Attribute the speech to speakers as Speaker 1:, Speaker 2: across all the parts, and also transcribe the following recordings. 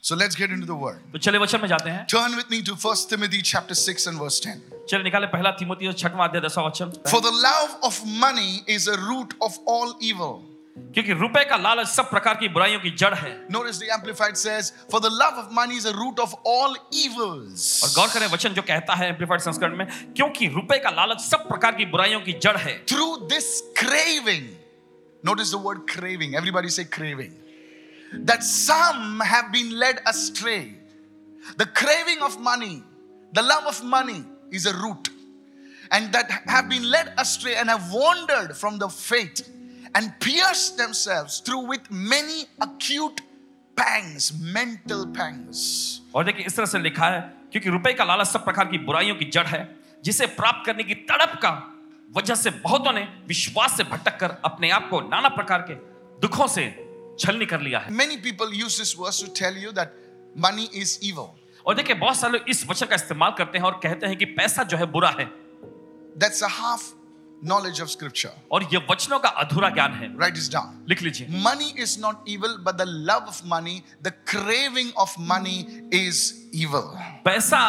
Speaker 1: So let's get into the word.
Speaker 2: तो चले वचन में जाते हैं
Speaker 1: Turn with me to 1 Timothy chapter 6 and verse 10.
Speaker 2: चले निकाले पहला तिमोथी छठवां अध्याय दसवां वचन
Speaker 1: For the love of money is a root of all evil.
Speaker 2: क्योंकि रुपए का लालच सब प्रकार की बुराइयों की जड़ है
Speaker 1: Notice the Amplified says, For the love of money is a root of all
Speaker 2: और
Speaker 1: evils.
Speaker 2: गौर करें वचन जो कहता है एम्पलीफाइड संस्करण में क्योंकि रुपए का लालच सब प्रकार की बुराइयों की जड़ है
Speaker 1: Through this craving, notice the word craving. Everybody say craving. That some have been led astray. The craving of money, the love of money is a root. And that have been led astray and have wandered from the faith and pierced themselves through with many acute pangs, mental pangs.
Speaker 2: और देखिए इस तरह से लिखा है क्योंकि रुपए का लालच सब प्रकार की बुराइयों की जड़ है जिसे प्राप्त करने की तड़प का वजह से बहुतों ने विश्वास से भटक कर अपने आप को नाना प्रकार के दुखों से छलनी कर लिया है
Speaker 1: Many people use this verse to tell you that money is evil.
Speaker 2: और देखिए बहुत सारे लोग इस वचन का इस्तेमाल करते हैं और कहते हैं कि पैसा जो है बुरा है
Speaker 1: That's a half knowledge of scripture.
Speaker 2: और ये वचनों का अधूरा ज्ञान है
Speaker 1: Write this down.
Speaker 2: लिख लीजिए
Speaker 1: Money is not evil, but the love of money, the craving of money is evil.
Speaker 2: पैसा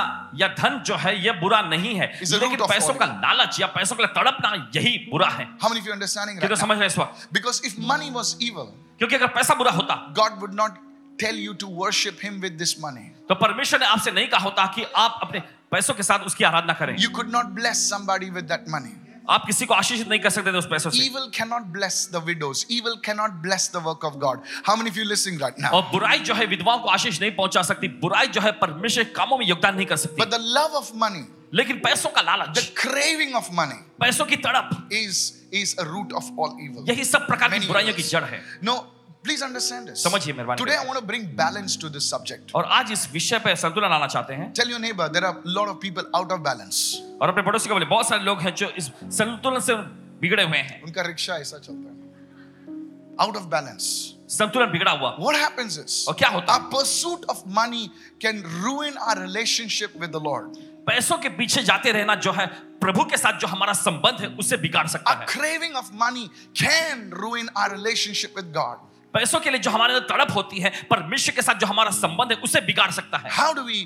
Speaker 2: या धन जो है यह बुरा नहीं है
Speaker 1: It's the root
Speaker 2: लेकिन
Speaker 1: of all
Speaker 2: पैसों का लालच या पैसों के लिए तड़पना यही बुरा है
Speaker 1: How many of you are understanding right
Speaker 2: क्योंकि
Speaker 1: now?
Speaker 2: समझ रहे हैं इस वक्त
Speaker 1: Because if money was evil,
Speaker 2: क्योंकि अगर पैसा बुरा होता
Speaker 1: God would not tell you to worship Him with this money.
Speaker 2: तो परमेश्वर ने आपसे नहीं कहा होता कि आप अपने पैसों के साथ उसकी आराधना करें
Speaker 1: You could not bless somebody with that money.
Speaker 2: आप किसी को आशीषित नहीं कर सकते थे उस पैसों से
Speaker 1: Evil cannot bless the widows. Evil cannot bless the work of God. How many of you listening right now?
Speaker 2: और बुराई जो है विधवाओं को आशीष नहीं पहुंचा सकती बुराई जो है परमेश्वर के कामों में योगदान नहीं कर सकती
Speaker 1: But the love of money,
Speaker 2: लेकिन पैसों का लालच
Speaker 1: the craving of money,
Speaker 2: पैसों की तड़प
Speaker 1: is is a root of all evil.
Speaker 2: यही सब प्रकार की
Speaker 1: Many
Speaker 2: बुराइयों की
Speaker 1: evils.
Speaker 2: जड़ है
Speaker 1: No, please understand this.
Speaker 2: समझिए मेहरबानी
Speaker 1: Today I
Speaker 2: करके।
Speaker 1: want to bring balance to this subject.
Speaker 2: और आज इस विषय पर संतुलन लाना चाहते हैं
Speaker 1: Tell your neighbor there are a lot of people out of balance.
Speaker 2: और अपने पड़ोसी को बोले बहुत सारे लोग हैं जो इस संतुलन से बिगड़े हुए हैं
Speaker 1: उनका रिक्शा ऐसा चलता है. Out of balance.
Speaker 2: संतुलन बिगड़ा हुआ
Speaker 1: What happens is
Speaker 2: और क्या होता?
Speaker 1: our pursuit of money can ruin our relationship with the Lord.
Speaker 2: पैसों के पीछे जाते रहना जो है प्रभु के साथ जो हमारा संबंध है उसे बिगाड़ सकता
Speaker 1: Our
Speaker 2: है
Speaker 1: craving of money can ruin our relationship with God.
Speaker 2: पैसों के लिए जो हमारे अंदर तड़प होती है परमेश्वर के साथ जो हमारा संबंध है उसे बिगाड़ सकता है
Speaker 1: How do we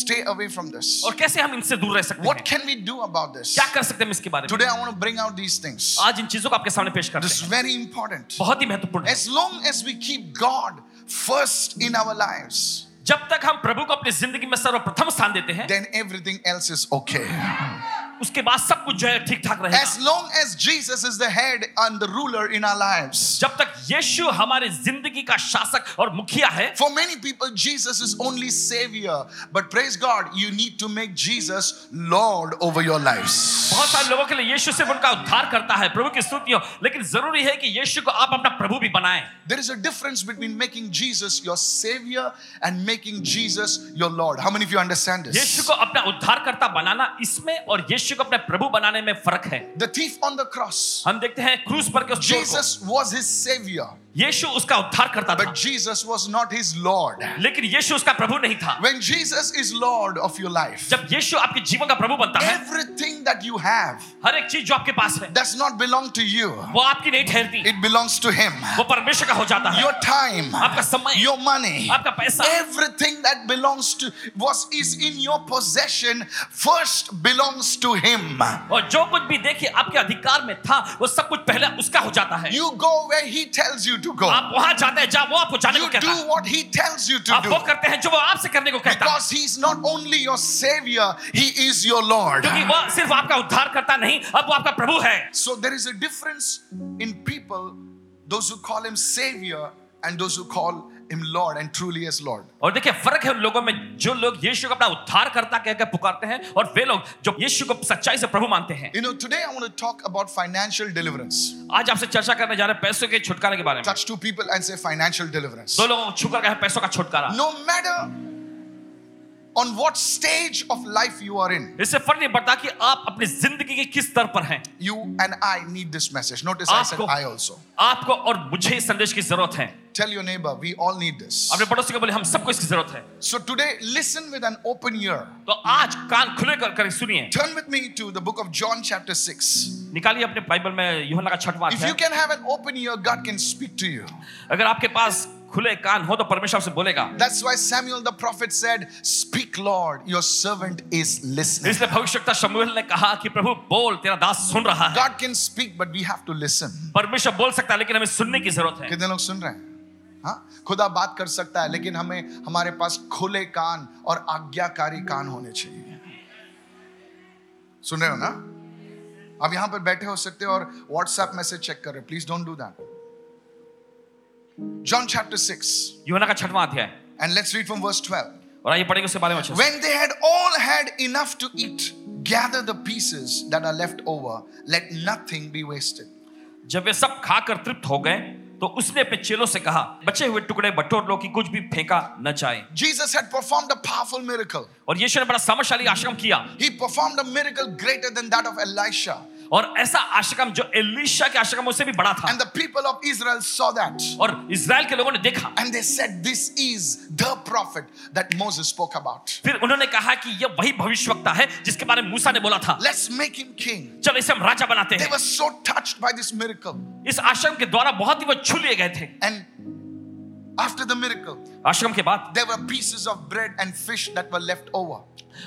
Speaker 1: stay away from this?
Speaker 2: और कैसे हम इनसे दूर रह सकते
Speaker 1: What
Speaker 2: हैं
Speaker 1: can we do about this?
Speaker 2: क्या कर सकते हैं हम इसके बारे में
Speaker 1: Today I want to bring out these things.
Speaker 2: आज इन चीजों को आपके सामने पेश करते
Speaker 1: This is
Speaker 2: हैं
Speaker 1: very important.
Speaker 2: बहुत ही महत्वपूर्ण है
Speaker 1: As long as we keep God first in our lives,
Speaker 2: जब तक हम प्रभु को अपनी जिंदगी में सर्वप्रथम स्थान देते हैं
Speaker 1: then everything else is okay.
Speaker 2: उसके बाद सब कुछ जो है ठीक ठाक रहेगा
Speaker 1: As long as Jesus is the head and the ruler in our lives.
Speaker 2: जब तक यीशु हमारे जिंदगी का शासक और मुखिया है
Speaker 1: For many people, Jesus is only Savior. But praise God, you need to make Jesus Lord over your lives.
Speaker 2: बहुत सारे लोगों के लिए यीशु सिर्फ उनका उद्धार करता है प्रभु की स्तुति हो लेकिन जरूरी है कि यीशु को आप अपना प्रभु भी बनाएं
Speaker 1: There is a difference between making Jesus your Savior and making Jesus your Lord. How many of you understand
Speaker 2: Yeshu
Speaker 1: this?
Speaker 2: को अपना उद्धारकर्ता बनाना इसमें और यीशु को अपना प्रभु बनाने में फर्क है
Speaker 1: The thief on the cross,
Speaker 2: हम देखते हैं क्रूस पर के उस चोर को।
Speaker 1: Jesus was his Savior,
Speaker 2: यीशु उसका उद्धारकर्ता
Speaker 1: but
Speaker 2: था
Speaker 1: Jesus was not his Lord.
Speaker 2: लेकिन यीशु उसका प्रभु नहीं था
Speaker 1: When Jesus is Lord of your life,
Speaker 2: जब यीशु आपके जीवन का प्रभु बनता है
Speaker 1: everything that you have
Speaker 2: हर एक चीज जो आपके पास है
Speaker 1: does not belong to you,
Speaker 2: वो आपकी नहीं ठहरती
Speaker 1: it belongs to Him.
Speaker 2: वो परमेश्वर का हो जाता है
Speaker 1: Your time,
Speaker 2: आपका समय
Speaker 1: your money,
Speaker 2: आपका पैसा
Speaker 1: everything that belongs to was is in your possession first belongs to Him.
Speaker 2: और जो कुछ भी देखिए आपके अधिकार में था वो सब कुछ पहले उसका हो जाता है
Speaker 1: You go where He tells you to go,
Speaker 2: आप वहां जाते हैं जहां वो आपको जाने को
Speaker 1: you do
Speaker 2: कहता है
Speaker 1: what He tells you to
Speaker 2: आप वो
Speaker 1: do.
Speaker 2: करते हैं जो वो आपसे करने को कहता है
Speaker 1: Because he's not only your savior, he is your Lord.
Speaker 2: क्योंकि वो सिर्फ आपका उद्धार करता नहीं अब वो आपका प्रभु है
Speaker 1: So there is a difference in people, those who call him Savior and those who call him Lord and truly as Lord.
Speaker 2: और देखिए फर्क है उन लोगों में जो लोग यीशु को अपना उद्धार करता कहकर पुकारते हैं और वे लोग जो यीशु को सच्चाई से प्रभु मानते हैं
Speaker 1: You know, today I want to talk about financial deliverance.
Speaker 2: आज आपसे चर्चा करने जा रहे हैं पैसों के छुटकारे के बारे में
Speaker 1: Touch two people and say financial deliverance.
Speaker 2: दो लोगों को छू कर है पैसों का छुटकारा
Speaker 1: No matter on what stage of life you are in,
Speaker 2: इससे फर्क नहीं पड़ता कि आप अपनी जिंदगी के किस स्तर पर हैं
Speaker 1: you and I need this message. Notice I said
Speaker 2: आपको-
Speaker 1: I also.
Speaker 2: आपको और मुझे इस संदेश की जरूरत है
Speaker 1: Tell your neighbor, we all need this.
Speaker 2: अपने पड़ोसी को बोले हम सबको इसकी जरूरत है
Speaker 1: So today, listen with an open ear.
Speaker 2: तो आज कान खुले कर, कर सुनिए
Speaker 1: Turn with me to the book of John, chapter 6.
Speaker 2: निकालिए अपने बाइबल में यूहन्ना का छठवां
Speaker 1: If you
Speaker 2: अध्याय
Speaker 1: can have an open ear, God can speak to you.
Speaker 2: अगर आपके पास खुले कान हो तो परमेश्वर आपसे बोलेगा
Speaker 1: That's why Samuel the prophet said, Speak, Lord, your servant is listening.
Speaker 2: इसलिए भविष्यवक्ता शमूएल ने कहा कि प्रभु बोल तेरा दास सुन रहा है
Speaker 1: God can speak, but we have to listen.
Speaker 2: परमेश्वर बोल सकता है लेकिन हमें सुनने की जरूरत है
Speaker 1: कितने लोग सुन रहे हैं हाँ खुदा बात कर सकता है लेकिन हमें हमारे पास खुले कान और आज्ञाकारी कान होने चाहिए सुन रहे हो ना आप यहां पर बैठे हो सकते हो और व्हाट्सएप मैसेज चेक कर रहे हो please don't do that John chapter six
Speaker 2: योना का छठवां अध्याय
Speaker 1: and let's read from verse 12
Speaker 2: और आइए पढ़ेंगे उसके बारे में अच्छे से।
Speaker 1: When they had all had enough to eat, gather the pieces that are left over, let nothing be wasted.
Speaker 2: जब वे सब खाकर तृप्त हो गए तो उसने अपने चेलों से कहा बचे हुए टुकड़े बटोर लो कि कुछ भी फेंका न जाए
Speaker 1: Jesus had performed a powerful miracle.
Speaker 2: और यीशु ने बड़ा समझशाली आश्रम किया
Speaker 1: He performed a miracle greater than that of Elisha.
Speaker 2: और ऐसा आश्रम जो एलिशा के आश्रम उससे भी बड़ा था
Speaker 1: And the people of Israel saw that.
Speaker 2: और इसराइल के लोगों ने देखा
Speaker 1: And they said, This is the prophet that Moses spoke about.
Speaker 2: फिर उन्होंने कहा कि यह वही भविष्यवक्ता है जिसके बारे में मूसा ने बोला था
Speaker 1: Let's make him king.
Speaker 2: चलो इसे हम राजा बनाते
Speaker 1: They
Speaker 2: हैं
Speaker 1: were so touched by this miracle.
Speaker 2: इस आश्रम के द्वारा बहुत ही वो छू लिए गए थे
Speaker 1: And after the miracle,
Speaker 2: आश्रम के बाद
Speaker 1: there were pieces of bread and fish that were left over.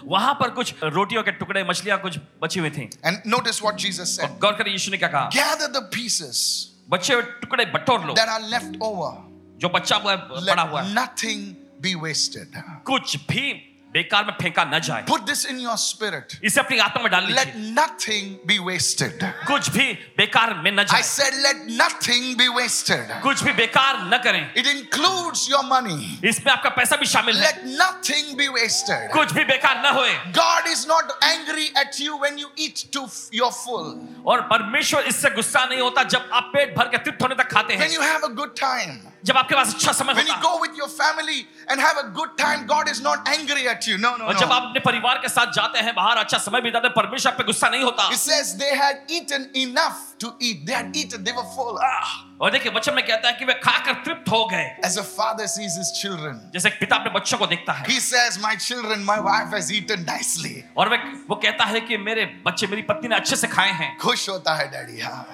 Speaker 2: वहां पर कुछ रोटियों के टुकड़े मछलियां कुछ बची हुई थी
Speaker 1: And notice what Jesus said.
Speaker 2: और गौर करें यीशु ने क्या कहा
Speaker 1: gather the pieces
Speaker 2: बचे हुए टुकड़े बटोर लो
Speaker 1: that are left over.
Speaker 2: जो बच्चा हुआ है
Speaker 1: Let
Speaker 2: पड़ा हुआ है
Speaker 1: nothing be wasted.
Speaker 2: कुछ भी बेकार में फेंका न जाए
Speaker 1: Put this in your spirit.
Speaker 2: इसे अपनी आत्मा में डाल
Speaker 1: Let
Speaker 2: लीजिए
Speaker 1: nothing be wasted.
Speaker 2: कुछ भी बेकार में न
Speaker 1: I
Speaker 2: जाए
Speaker 1: said, let nothing be wasted.
Speaker 2: कुछ भी बेकार न करें
Speaker 1: It includes your money.
Speaker 2: इसमें आपका पैसा भी शामिल है
Speaker 1: Let nothing be wasted.
Speaker 2: कुछ भी बेकार न होए
Speaker 1: God is not angry at you when you eat to f- your full.
Speaker 2: और परमेश्वर इससे गुस्सा नहीं होता जब आप पेट भर के तृप्त होने तक खाते हैं
Speaker 1: When you have a good time.
Speaker 2: जब आपके पास अच्छा समय
Speaker 1: When you
Speaker 2: होता है
Speaker 1: go with your family and have a good time, God is not angry at you. No, no,
Speaker 2: और जब
Speaker 1: no.
Speaker 2: आप अपने परिवार के साथ जाते हैं बाहर अच्छा समय बिताते हैं परमेश्वर आप पे गुस्सा नहीं होता
Speaker 1: It says they had eaten enough to eat. They had eaten, they were full. Ah.
Speaker 2: और देखिए वचन में कहता है कि वे खाकर तृप्त हो गए
Speaker 1: As a father sees his children,
Speaker 2: जैसे एक पिता अपने बच्चों को देखता है
Speaker 1: he says, My children, my wife has eaten nicely.
Speaker 2: और वे वो कहता है कि मेरे बच्चे मेरी पत्नी ने अच्छे से खाए हैं
Speaker 1: Khush hota hai, daddy. हाँ.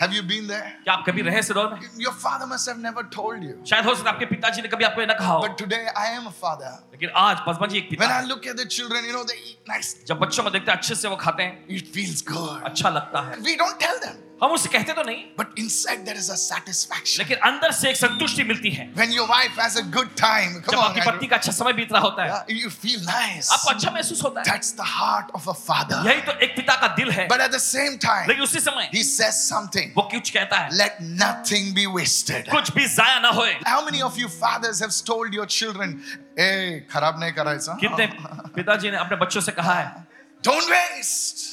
Speaker 1: Have you been there?
Speaker 2: क्या आप कभी रहे इस दौर में
Speaker 1: Your father must have never told you.
Speaker 2: शायद हो सकता है आपके पिताजी ने कभी आपको ये न कहा हो
Speaker 1: But today I am a father.
Speaker 2: लेकिन आज पसमन जी एक पिता
Speaker 1: When I
Speaker 2: हैं।
Speaker 1: look at the children, you know, they eat nicely.
Speaker 2: जब बच्चों को देखते हैं अच्छे से वो खाते हैं
Speaker 1: It feels good.
Speaker 2: अच्छा लगता है
Speaker 1: We don't tell them,
Speaker 2: हम उसे कहते तो नहीं
Speaker 1: but inside there is a satisfaction.
Speaker 2: लेकिन अंदर से एक संतुष्टि मिलती है
Speaker 1: When your wife has a good time,
Speaker 2: जब
Speaker 1: come on,
Speaker 2: आपकी पत्नी
Speaker 1: Andrew.
Speaker 2: का अच्छा समय बीत रहा होता है
Speaker 1: Yeah, you feel nice.
Speaker 2: आपको अच्छा महसूस होता है
Speaker 1: That's the heart of a father.
Speaker 2: यही तो एक पिता का दिल है
Speaker 1: But at the same time,
Speaker 2: लेकिन उसी समय
Speaker 1: he says something
Speaker 2: वो कुछ कहता है
Speaker 1: let nothing be wasted.
Speaker 2: कुछ भी जाया ना होए
Speaker 1: How many of you fathers have told your children, hey, खराब नहीं करायचं
Speaker 2: कितने पिताजी ने अपने बच्चों से कहा है
Speaker 1: Don't waste.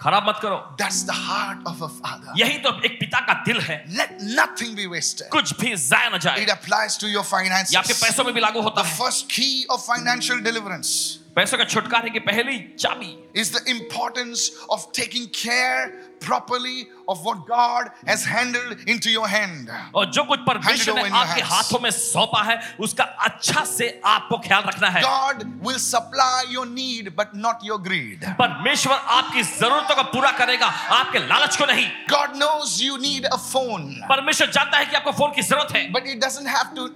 Speaker 2: खराब मत करो
Speaker 1: That's the heart of a father.
Speaker 2: यही तो एक पिता का दिल है
Speaker 1: Let nothing be wasted.
Speaker 2: कुछ भी जाया ना जाए
Speaker 1: It applies to your finances.
Speaker 2: ये आपके पैसों में भी लागू होता
Speaker 1: The
Speaker 2: है
Speaker 1: first key of financial deliverance
Speaker 2: पैसों का छुटकारे की पहली चाबी
Speaker 1: is the importance of taking care properly of what God has handled into your hand.
Speaker 2: और जो कुछ परमेश्वर
Speaker 1: Hand it over in
Speaker 2: ने
Speaker 1: your
Speaker 2: आपके
Speaker 1: hands.
Speaker 2: हाथों में सौंपा है उसका अच्छा से आपको ख्याल रखना है
Speaker 1: God will supply your need, but not your greed.
Speaker 2: परमेश्वर आपकी जरूरतों को पूरा करेगा आपके लालच को नहीं
Speaker 1: God knows you need a phone.
Speaker 2: परमेश्वर जानता है कि आपको फोन की जरूरत है
Speaker 1: But it doesn't have to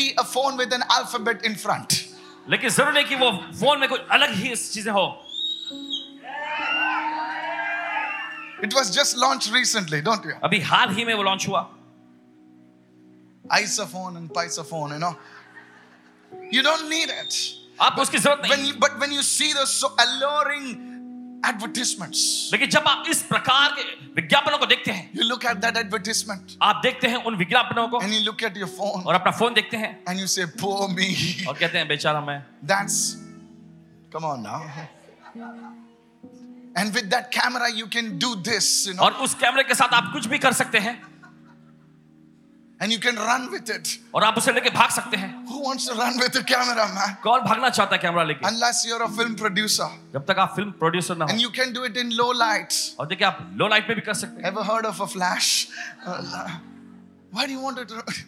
Speaker 1: be a phone with an alphabet in front.
Speaker 2: लेकिन जरूर है कि वो फोन में कुछ अलग ही चीजें हो
Speaker 1: It was just launched recently, don't you?
Speaker 2: अभी हाल ही में वो लॉन्च हुआ
Speaker 1: Isophone and Pisophone, you know. You don't need it.
Speaker 2: आपको उसकी जरूरत
Speaker 1: When
Speaker 2: नहीं
Speaker 1: you, but when you see those so alluring advertisements,
Speaker 2: लेकिन जब आप इस प्रकार के विज्ञापनों को देखते हैं
Speaker 1: you look at that advertisement
Speaker 2: आप देखते हैं उन विज्ञापनों को
Speaker 1: and you look at your phone
Speaker 2: और अपना फोन देखते हैं
Speaker 1: and you say, Poor me.
Speaker 2: और कहते हैं बेचारा मैं
Speaker 1: That's. Come on now. And with that camera, you can do this, you know,
Speaker 2: और उस कैमरे के साथ आप कुछ भी कर सकते हैं
Speaker 1: and you can run with it.
Speaker 2: और आप उसे लेके भाग सकते हैं
Speaker 1: Who wants to run with a camera, man?
Speaker 2: कौन भागना चाहता है कैमरा लेके
Speaker 1: unless you're a film producer
Speaker 2: जब तक आप फिल्म प्रोड्यूसर ना
Speaker 1: and
Speaker 2: हो
Speaker 1: you can do it in low light
Speaker 2: और देखिए आप लो लाइट में भी कर सकते हैं
Speaker 1: ever heard of a flash Uh, why do you want it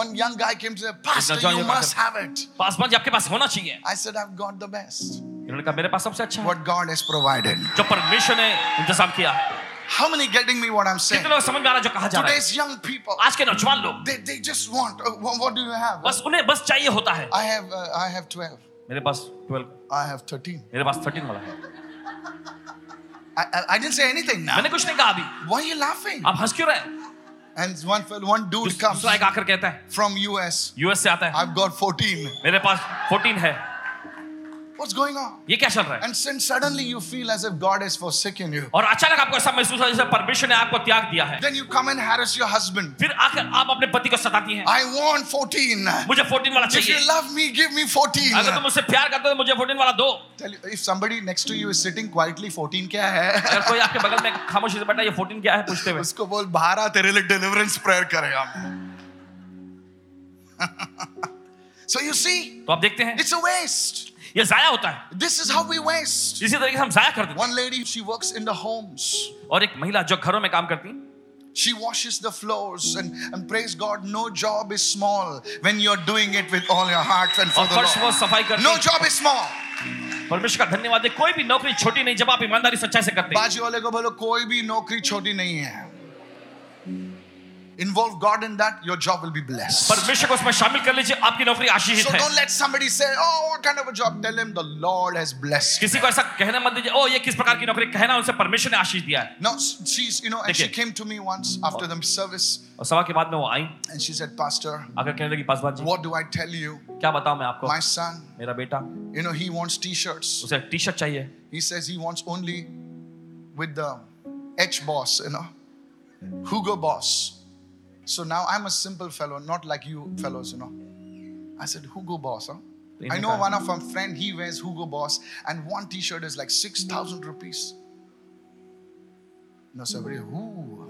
Speaker 1: one young guy came to me pastor
Speaker 2: John,
Speaker 1: you
Speaker 2: you
Speaker 1: must
Speaker 2: got
Speaker 1: have it
Speaker 2: Paswan ji आपके पास होना चाहिए
Speaker 1: i said i've got the best
Speaker 2: इन्होंने कहा मेरे पास सबसे अच्छा है
Speaker 1: what god has provided
Speaker 2: जो परमेश्वर ने इंतजाम किया है
Speaker 1: How many getting me what I'm saying?
Speaker 2: कितने लोग समझ में आ रहा है जो कहा जा रहा
Speaker 1: Today's young people,
Speaker 2: है आज के नौजवान लोग
Speaker 1: they, they just want. uh, what, what do you have?
Speaker 2: बस उन्हें बस चाहिए होता है
Speaker 1: I have uh, I have 12.
Speaker 2: मेरे पास 12
Speaker 1: I have 13.
Speaker 2: मेरे पास 13 वाला है
Speaker 1: I, I, I didn't say anything now.
Speaker 2: मैंने कुछ नहीं कहा अभी
Speaker 1: Why are you laughing?
Speaker 2: आप हंस क्यों रहे हैं
Speaker 1: And one fell, one dude comes
Speaker 2: दूसरा एक आकर कहता है
Speaker 1: from US.
Speaker 2: यूएस से आता है
Speaker 1: I've got 14.
Speaker 2: मेरे पास 14 है
Speaker 1: What's going on?
Speaker 2: ये क्या चल रहा है
Speaker 1: And since suddenly you feel as if God has forsaken you.
Speaker 2: और अचानक आपको ऐसा महसूस हुआ जैसे परमेश्वर ने आपको त्याग दिया है
Speaker 1: Then you come and harass your husband.
Speaker 2: फिर आकर आप अपने पति को सताती हैं
Speaker 1: I want 14.
Speaker 2: मुझे 14 वाला
Speaker 1: If you
Speaker 2: चाहिए
Speaker 1: love me, give me 14.
Speaker 2: अगर तुम मुझसे प्यार करते हो तो मुझे 14 वाला दो
Speaker 1: Tell you, if somebody next to you is sitting quietly, 14 क्या है?
Speaker 2: अगर कोई आपके बगल में खामोशी से बैठा है, ये 14 क्या है पूछते हुए
Speaker 1: उसको बोल बाहर आ तेरे लिए deliverance prayer करेगा So you see,
Speaker 2: तो आप देखते हैं
Speaker 1: it's a waste.
Speaker 2: ये जाया होता है
Speaker 1: This is how we waste.
Speaker 2: इसी तरीके से हम जाया कर देते
Speaker 1: One lady, she works in the homes.
Speaker 2: हैं और एक महिला जो घरों में काम करती है,
Speaker 1: She washes the floors and, and praise God, no job is small when you're doing it with all your heart and for
Speaker 2: और
Speaker 1: the
Speaker 2: फर्श वो
Speaker 1: Lord.
Speaker 2: सफाई करती
Speaker 1: No
Speaker 2: है।
Speaker 1: job is small.
Speaker 2: परमेश्वर का धन्यवाद है कोई भी नौकरी छोटी नहीं जब आप ईमानदारी सच्चाई से करते हैं
Speaker 1: बाजी वाले को बोलो कोई भी नौकरी छोटी नहीं है. Involve God in that, your job will be blessed.
Speaker 2: परमेश्वर को उसमें शामिल कर लीजिए आपकी नौकरी आशीषित
Speaker 1: So
Speaker 2: है
Speaker 1: don't let somebody say, oh, what kind of a job? Tell him the Lord has blessed.
Speaker 2: किसी को ऐसा कहने मत दीजिए ओ ये किस प्रकार की नौकरी कहना उनसे परमेश्वर ने आशीष दिया है
Speaker 1: Now, she's, you know, and she
Speaker 2: देखिए।
Speaker 1: came to me once after the service
Speaker 2: और सवा के बाद में वो आई
Speaker 1: and she said, Pastor,
Speaker 2: आकर कहने लगी Paswan ji
Speaker 1: what do I tell you?
Speaker 2: क्या बताऊं मैं आपको
Speaker 1: My son,
Speaker 2: मेरा बेटा
Speaker 1: you know, he wants t shirts.
Speaker 2: उसे टी शर्ट चाहिए
Speaker 1: He says he wants only with the H boss, you know, Hugo boss. So now I'm a simple fellow, not like you fellows, you know. I said, Hugo boss, huh? I know one of our friend, he wears Hugo Boss, and one T-shirt is like six thousand rupees. No, somebody, who?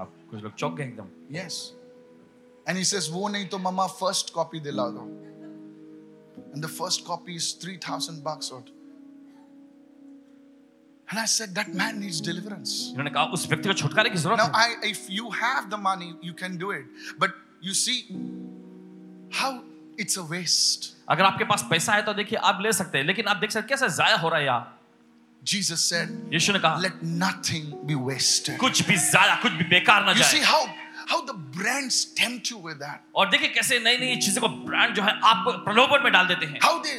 Speaker 2: आप कुछ लोग चौंक गए एकदम
Speaker 1: Yes. And he says, "Wo nahi to mama first copy dila do." And the first copy is three thousand bucks or. And I said, "That man needs deliverance."
Speaker 2: इन्होंने कहा उस व्यक्ति को छुटकारे की
Speaker 1: Now,
Speaker 2: जरूरत है
Speaker 1: I, if you have the money, you can do it. But you see, how it's a waste.
Speaker 2: अगर आपके पास पैसा है तो देखिए आप ले सकते हैं लेकिन आप देख सकते हैं कैसे जाया हो रहा है यहाँ
Speaker 1: Jesus said,
Speaker 2: यीशु ने कहा
Speaker 1: "Let nothing be wasted."
Speaker 2: कुछ भी जाया कुछ भी बेकार ना
Speaker 1: You see
Speaker 2: जाए
Speaker 1: how how the brands tempt you with that.
Speaker 2: और देखिए कैसे नई नई चीजों को ब्रांड जो है आपको प्रलोभन में डाल देते हैं
Speaker 1: How they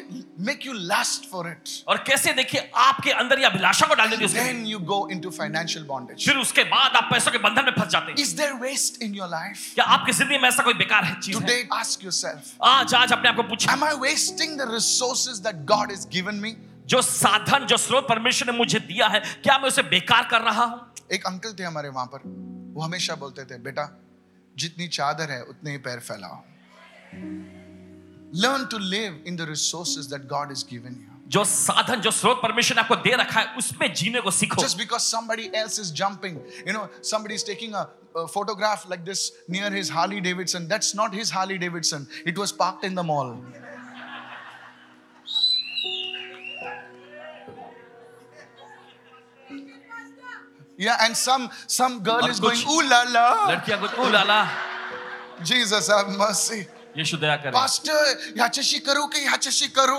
Speaker 1: make you lust for it.
Speaker 2: और कैसे देखिए आपके अंदर ये अभिलाषा को डाल देते हैं उसमें।
Speaker 1: Then you go into financial bondage.
Speaker 2: फिर उसके बाद आप पैसों के बंधन में फंस जाते हैं
Speaker 1: Is there waste in your life?
Speaker 2: क्या आपकी जिंदगी में ऐसा कोई बेकार है चीज है
Speaker 1: Today, ask yourself
Speaker 2: आज आज अपने आपको पूछा
Speaker 1: Am I wasting the resources that God has given me?
Speaker 2: जो साधन जो स्रोत परमेश्वर ने मुझे दिया है क्या मैं उसे बेकार कर रहा हूं
Speaker 1: एक अंकल थे हमारे वहां पर वो हमेशा बोलते थे बेटा जितनी चादर है उतने ही पैर फैलाओ learn to live in the resources that God is given you
Speaker 2: जो साधन जो स्रोत परमेश्वर ने आपको दे रखा है उसमें जीने को सीखो
Speaker 1: just because somebody else is jumping you know somebody is taking a, a photograph like this near his harley davidson that's not his harley davidson it was parked in the mall yeah and some some girl
Speaker 2: और
Speaker 1: is going
Speaker 2: कुछ-
Speaker 1: ooh la la
Speaker 2: लड़कियां कुछ ओ लाला
Speaker 1: jesus have mercy
Speaker 2: यीशु दया करे
Speaker 1: pastor ह्याच्याशी करू की ह्याच्याशी करू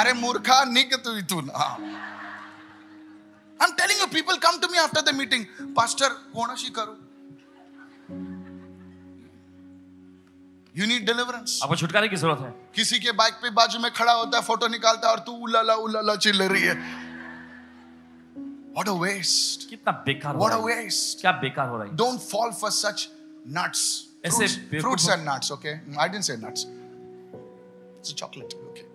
Speaker 1: अरे मूर्खा निघ तू इथून हा. I'm telling you, people come to me after the meeting. Pastor, कोणाशी करू? You need deliverance.
Speaker 2: आपको छुटकारे की जरूरत है
Speaker 1: किसी के बाइक पे बाजू में खड़ा होता है फोटो निकालता है और तू उलाला उलाला चिल्ल रही है What a waste.
Speaker 2: कितना बेकार हो
Speaker 1: What a
Speaker 2: रहा है
Speaker 1: waste.
Speaker 2: क्या बेकार हो रहा है
Speaker 1: Don't fall for such nuts.
Speaker 2: ऐसे
Speaker 1: Fruits,
Speaker 2: बेवकूफ-
Speaker 1: fruits and nuts, okay? Mm, I didn't say nuts. It's a chocolate, okay?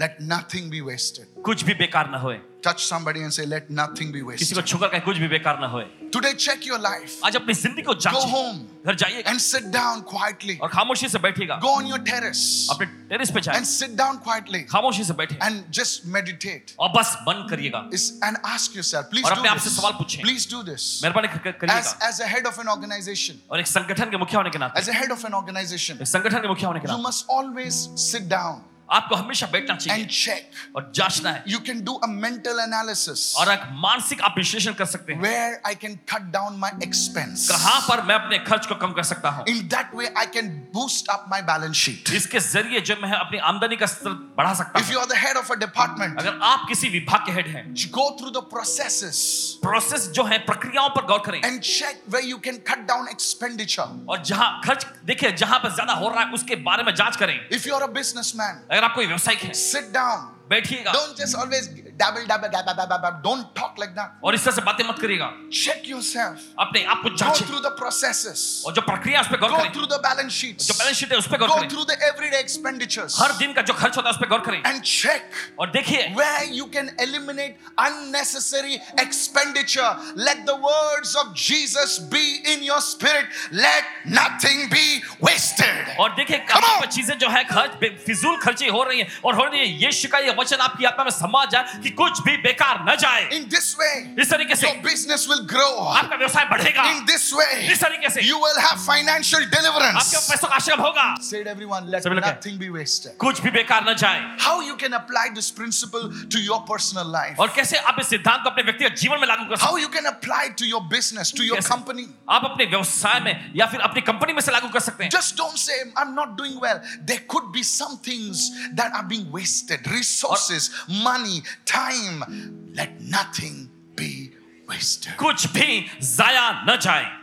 Speaker 1: Let nothing be wasted.
Speaker 2: कुछ भी बेकार ना होए
Speaker 1: Touch somebody and say, let nothing be
Speaker 2: किसी को
Speaker 1: wasted.
Speaker 2: छुकर का कुछ भी बेकार ना होए
Speaker 1: Today, check your life.
Speaker 2: आज अपनी जिंदगी को
Speaker 1: Go
Speaker 2: जांचिए
Speaker 1: home
Speaker 2: घर जाइए
Speaker 1: and sit down quietly.
Speaker 2: और खामोशी से बैठिएगा
Speaker 1: Go on your terrace
Speaker 2: अपने टेरिस पे जाए
Speaker 1: and sit down quietly
Speaker 2: खामोशी से बैठे
Speaker 1: and just meditate.
Speaker 2: और बस मन करिएगा
Speaker 1: Is, and ask yourself, please
Speaker 2: और
Speaker 1: do
Speaker 2: अपने आप से
Speaker 1: this.
Speaker 2: सवाल पूछें।
Speaker 1: Please do this.
Speaker 2: मेहरबानी कर-
Speaker 1: As,
Speaker 2: करिएगा
Speaker 1: as a head of an organization,
Speaker 2: और एक संगठन के मुखिया होने के नाते
Speaker 1: as a head of an organization,
Speaker 2: एक संगठन के मुखिया होने के
Speaker 1: you
Speaker 2: नाते
Speaker 1: must always sit down
Speaker 2: आपको हमेशा बैठना
Speaker 1: and
Speaker 2: चाहिए
Speaker 1: check.
Speaker 2: और जांचना है
Speaker 1: You can do a mental analysis
Speaker 2: और एक मानसिक आप विश्लेषण कर सकते हैं
Speaker 1: where I can cut down my expense.
Speaker 2: कहां पर मैं अपने खर्च को कम कर सकता हूं
Speaker 1: In that way, I can boost up my balance sheet.
Speaker 2: इसके जरिए जो मैं अपनी आमदनी का स्तर बढ़ा सकता
Speaker 1: If you
Speaker 2: हूं
Speaker 1: are the head of a department,
Speaker 2: अगर आप किसी विभाग के हेड हैं
Speaker 1: go through the processes
Speaker 2: process जो है प्रक्रियाओं पर गौर करें
Speaker 1: and check where you can cut down expenditure.
Speaker 2: और जहां खर्च देखिए जहां पर ज्यादा हो रहा है उसके बारे में जांच करें
Speaker 1: If you are a businessman,
Speaker 2: अगर आप कोई व्यवसायिक है
Speaker 1: sit down.
Speaker 2: बैठिएगा
Speaker 1: Don't just always dabble, dabble, dabble, dabble, dabble. Don't talk like that.
Speaker 2: और इस तरह से बातें मत करिएगा
Speaker 1: Check yourself.
Speaker 2: अपने आप को
Speaker 1: Go
Speaker 2: जांचें
Speaker 1: through the processes.
Speaker 2: और जो प्रक्रिया है, उस पर गौर
Speaker 1: Go
Speaker 2: करें
Speaker 1: through the balance sheets.
Speaker 2: जो बैलेंस शीट है उस पर गौर
Speaker 1: Go
Speaker 2: करें
Speaker 1: through the everyday expenditures.
Speaker 2: हर दिन का जो खर्च होता है उस पर गौर करें
Speaker 1: And check
Speaker 2: और देखिए
Speaker 1: where you can eliminate unnecessary expenditure. Let the words of Jesus be in your spirit. Let nothing be wasted.
Speaker 2: और देखिए
Speaker 1: Come
Speaker 2: काफी
Speaker 1: on!
Speaker 2: पर चीजें जो है खर्च बे- फिजूल खर्ची हो रही है और हो रही है यीशु का ये वचन आपकी आत्मा में समा जाए कि कुछ भी बेकार न जाए
Speaker 1: In this way,
Speaker 2: इस तरीके से
Speaker 1: your business will grow.
Speaker 2: आपका व्यवसाय बढ़ेगा
Speaker 1: In this way,
Speaker 2: इस तरीके से
Speaker 1: you will have financial
Speaker 2: आपके
Speaker 1: deliverance.
Speaker 2: पैसों का आश्रम होगा
Speaker 1: Said everyone, let
Speaker 2: सभी लोग कहें।
Speaker 1: nothing be wasted.
Speaker 2: कुछ भी बेकार न जाए
Speaker 1: How you can apply this principle to your personal life?
Speaker 2: और कैसे आप इस सिद्धांत को अपने व्यक्तिगत जीवन में लागू कर सकते
Speaker 1: How you can apply it to your business, to your
Speaker 2: Yes.
Speaker 1: company?
Speaker 2: आप अपने व्यवसाय में या फिर अपनी कंपनी में से लागू कर सकते हैं
Speaker 1: Just don't say, I'm not doing well. There could be some things that are being wasted resources, money, time. Let nothing be wasted.
Speaker 2: कुछ भी जाया न जाए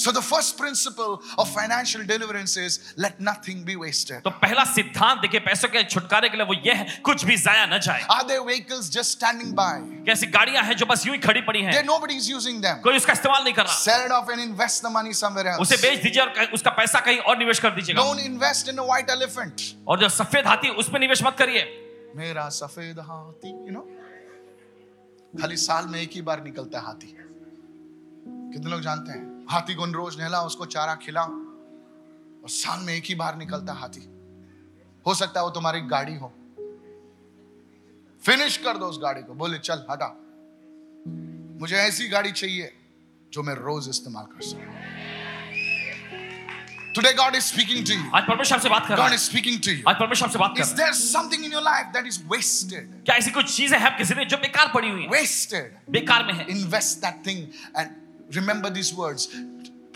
Speaker 1: So, the first principle of financial deliverance is let nothing be wasted.
Speaker 2: तो पहला सिद्धांत देखिए पैसों के छुटकारे के लिए वो ये है कुछ भी जाया न जाए
Speaker 1: Are there vehicles just standing by?
Speaker 2: कैसी गाड़ियां हैं जो बस यूं ही खड़ी पड़ी हैं
Speaker 1: There, nobody's using them.
Speaker 2: कोई उसका इस्तेमाल नहीं कर रहा
Speaker 1: Sell it off and invest the money somewhere else.
Speaker 2: उसे बेच दीजिए और कहीं- उसका पैसा कहीं और निवेश कर दीजिएगा
Speaker 1: Don't invest in a white elephant.
Speaker 2: और जो सफेद हाथी है, उसमें निवेश मत करिए
Speaker 1: मेरा सफेद हाथी यू नो खाली साल में एक ही बार निकलता है हाथी कितने लोग जानते हैं हाथी को रोज नहलाओ उसको चारा खिलाओ और साल में एक ही बार निकलता है हाथी हो सकता है वो तुम्हारी गाड़ी हो फिनिश कर दो उस गाड़ी को बोले चल हटा मुझे ऐसी गाड़ी चाहिए जो मैं रोज इस्तेमाल कर सकूं today God is speaking to you
Speaker 2: आज परमेश्वर आपसे बात कर रहा
Speaker 1: गॉड
Speaker 2: है
Speaker 1: इज स्पीकिंग टू यू
Speaker 2: आज परमेश्वर आपसे बात कर
Speaker 1: Is
Speaker 2: रहा है
Speaker 1: there something in your life that is wasted?
Speaker 2: क्या ऐसी कुछ चीजें हैं आपकी जिंदगी में जो बेकार पड़ी हुई है
Speaker 1: Wasted.
Speaker 2: बेकार में है
Speaker 1: Invest that thing and remember these words.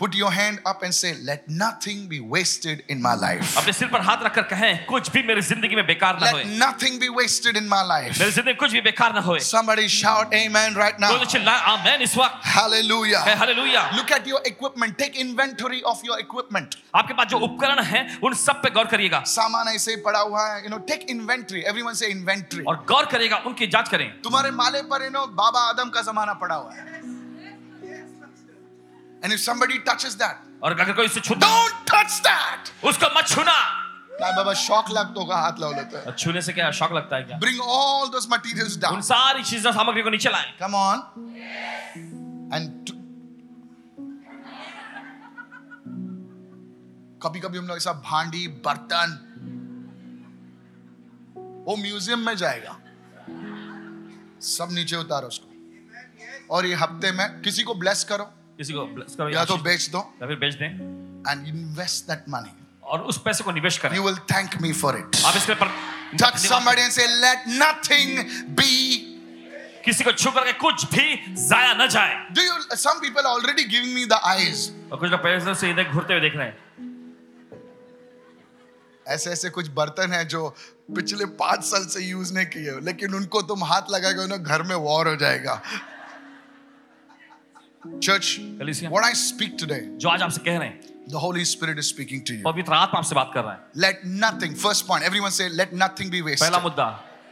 Speaker 1: Put your hand up and say, Let nothing be wasted in my life.
Speaker 2: अपने सिर पर हाथ रखकर कहें कुछ भी मेरी जिंदगी में बेकार ना होए
Speaker 1: Let nothing be wasted in my
Speaker 2: मेरी
Speaker 1: life.
Speaker 2: जिंदगी में कुछ भी बेकार ना होए
Speaker 1: Somebody shout amen right
Speaker 2: कोई
Speaker 1: now.
Speaker 2: तो चिल्लाए आमेन इस वक्त है
Speaker 1: Hallelujah.
Speaker 2: Hallelujah
Speaker 1: Look at your equipment. Take inventory of your equipment.
Speaker 2: आपके पास जो उपकरण है उन सब पे गौर करिएगा
Speaker 1: सामान ऐसे पड़ा हुआ है. You know, take inventory. Everyone say inventory.
Speaker 2: और गौर करिएगा उनकी जांच करें
Speaker 1: तुम्हारे माले पर यू नो बाबा आदम का जमाना पड़ा हुआ है. And if somebody touches that,
Speaker 2: और अगर कोई उसे छूता
Speaker 1: Don't touch that.
Speaker 2: उसको मत छूना
Speaker 1: काय बाबा शॉक लागतो का हात लावला तर
Speaker 2: और छूने से क्या शौक लगता है क्या
Speaker 1: ब्रिंग ऑल दोस मटेरियल्स
Speaker 2: उन
Speaker 1: डाउन
Speaker 2: सारी चीजों सामग्री को नीचे लाएं
Speaker 1: कम ऑन एंड कभी कभी हम लोग ऐसा भांडी बर्तन वो म्यूजियम में जाएगा सब नीचे उतारो उसको और ये हफ्ते में किसी को ब्लेस करो
Speaker 2: किसी को bless करो
Speaker 1: या
Speaker 2: या
Speaker 1: तो
Speaker 2: फिर
Speaker 1: बेच दो
Speaker 2: बेच दें
Speaker 1: एंड इन्वेस्ट दैट मनी
Speaker 2: और उस पैसे को निवेश करें
Speaker 1: you will thank me for it
Speaker 2: आप इसके पर
Speaker 1: Touch
Speaker 2: धन्यवाद
Speaker 1: somebody and say, let nothing be.
Speaker 2: करें। किसी को छू करके कुछ भी जाया न जाए
Speaker 1: Do you? Some people are already giving me the eyes.
Speaker 2: और कुछ लोग पैसे से इधर घूरते हुए देख रहे हैं
Speaker 1: ऐसे ऐसे कुछ बर्तन हैं जो पिछले पांच साल से यूज नहीं किए हो, लेकिन उनको तुम हाथ लगाएगा ना घर में वॉर हो जाएगा Church,
Speaker 2: Felicia.
Speaker 1: what I speak today,
Speaker 2: जो आज आपसे कह रहे हैं
Speaker 1: the Holy Spirit is speaking to you.
Speaker 2: पवित्र आत्मा आपसे बात कर रहा है
Speaker 1: Let nothing, first point, everyone say, let nothing be wasted.
Speaker 2: पहला मुद्दा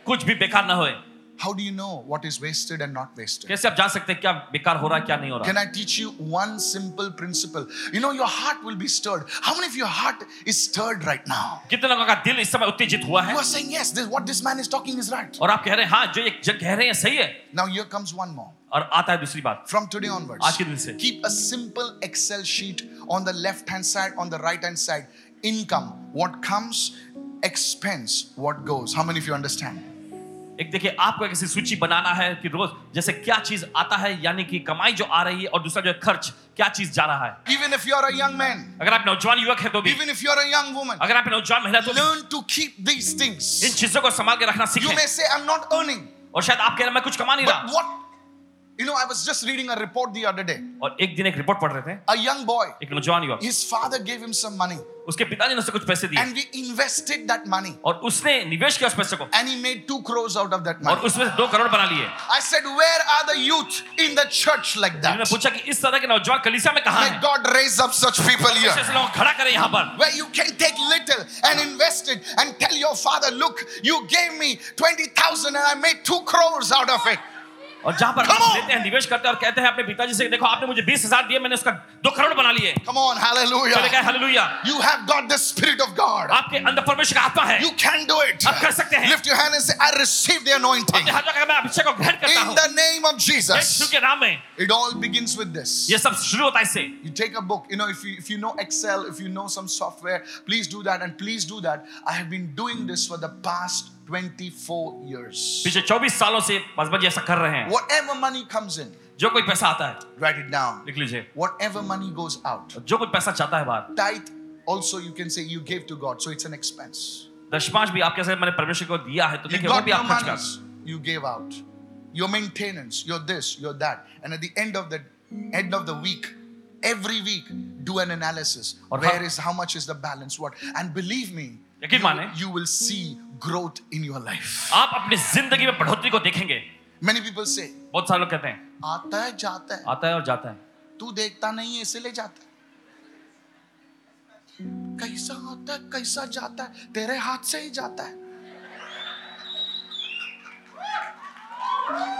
Speaker 2: कुछ भी बेकार ना होए
Speaker 1: How do you know what is wasted and not wasted?
Speaker 2: कैसे आप जान सकते हैं क्या बेकार हो रहा है क्या नहीं हो रहा
Speaker 1: Can I teach you one simple principle? You know, your heart will be stirred. How many of your heart is stirred right now?
Speaker 2: कितने लोगों का दिल इस समय उत्तेजित हुआ है
Speaker 1: You are saying, yes, this, what this man is talking is right.
Speaker 2: और आप कह रहे हैं हाँ जो ये जो कह रहे हैं सही है
Speaker 1: Now, here comes one more.
Speaker 2: और आता है दूसरी बात
Speaker 1: From today onwards,
Speaker 2: आज के दिन से
Speaker 1: keep a simple Excel sheet on the left hand side, on the right hand side. Income, what comes, expense, what goes. How many of you understand?
Speaker 2: एक देखिए आपको एक ऐसी सूची बनाना है कि रोज जैसे क्या चीज आता है यानी कि कमाई जो आ रही है और दूसरा जो है खर्च क्या चीज जा रहा है
Speaker 1: Even if you're a young man,
Speaker 2: अगर आप नौजवान युवक है तो भी
Speaker 1: even if you're a young woman,
Speaker 2: अगर आप नौजवान महिला तो भी,
Speaker 1: learn to keep these
Speaker 2: in
Speaker 1: things.
Speaker 2: चीजों को संभाल के रखना
Speaker 1: You may
Speaker 2: सीखें
Speaker 1: say, I'm not earning,
Speaker 2: और शायद आप कह रहे हैं, मैं कुछ कमा नहीं
Speaker 1: but
Speaker 2: रहा
Speaker 1: what? You know, I was just reading a report the other day.
Speaker 2: और एक दिन एक रिपोर्ट पढ़ रहे थे
Speaker 1: A young boy,
Speaker 2: एक नौजवान युवक
Speaker 1: his father gave him some money,
Speaker 2: उसके पिताजी ने उसे कुछ पैसे दिए
Speaker 1: and we invested that money,
Speaker 2: और उसने निवेश किया उस पैसे को
Speaker 1: and he made two crores out of that
Speaker 2: और
Speaker 1: money.
Speaker 2: उसमें से दो करोड़ बना लिए
Speaker 1: I said, Where are the youth in the church like
Speaker 2: मैंने
Speaker 1: that?
Speaker 2: पूछा कि इस तरह के नौजवान कलीसिया में कहा
Speaker 1: May
Speaker 2: है
Speaker 1: God raise up such people here.
Speaker 2: ऐसे लोग खड़ा करें यहाँ पर
Speaker 1: where you can take little and invest it and tell your father, look, you gave me 20,000 and I made two crores out of it.
Speaker 2: और जहाँ पर
Speaker 1: Come
Speaker 2: हम
Speaker 1: on!
Speaker 2: लेते हैं निवेश करते हैं और कहते हैं अपने पिताजी से देखो आपने मुझे बीस हजार दिए मैंने उसका दो करोड़ बना लिए तो
Speaker 1: Come on,
Speaker 2: चले
Speaker 1: hallelujah.
Speaker 2: गए hallelujah
Speaker 1: You have got the Spirit of God.
Speaker 2: आपके अंदर परमेश्वर का आत्मा है
Speaker 1: You can do it.
Speaker 2: आप कर सकते हैं।
Speaker 1: Lift your hand and say, I receive the anointing.
Speaker 2: अपने हाथों का मैं अभिषेक को ग्रहण करता
Speaker 1: In
Speaker 2: हूँ
Speaker 1: the name of
Speaker 2: यीशु
Speaker 1: Jesus.
Speaker 2: के नाम में
Speaker 1: It all begins with this.
Speaker 2: ये सब शुरू होता है इससे
Speaker 1: You take a book, you know, if you, if you know Excel, if you know some software, please do that and please do that. I have been doing this for the past 24 years.
Speaker 2: पिछले 24 सालों से मजबूत जी ऐसा कर रहे हैं
Speaker 1: Whatever money comes in,
Speaker 2: जो कोई पैसा आता है
Speaker 1: write it down.
Speaker 2: लिख लीजिए
Speaker 1: whatever money goes out
Speaker 2: जो कोई पैसा चाहता है बाहर
Speaker 1: tithe also you can say you gave to god so it's an expense
Speaker 2: दशमांश भी आप कैसे मैंने परमेश्वर को दिया है तो
Speaker 1: you
Speaker 2: देखिए वो
Speaker 1: got
Speaker 2: भी
Speaker 1: your
Speaker 2: आप खर्च
Speaker 1: money
Speaker 2: कर
Speaker 1: you gave out your maintenance your this your that and at the end of the end of the week every week do an analysis
Speaker 2: और
Speaker 1: where
Speaker 2: हर-
Speaker 1: is how much is the balance what and believe me
Speaker 2: यकीन
Speaker 1: you,
Speaker 2: माने।
Speaker 1: you will see growth in your life
Speaker 2: आप अपनी जिंदगी में बढ़ोतरी को देखेंगे
Speaker 1: many people say
Speaker 2: बहुत सारे लोग कहते हैं
Speaker 1: आता है जाता है
Speaker 2: आता है और जाता है
Speaker 1: तू देखता नहीं है इसलिए जाता है कैसा आता है कैसा जाता है तेरे हाथ से ही जाता है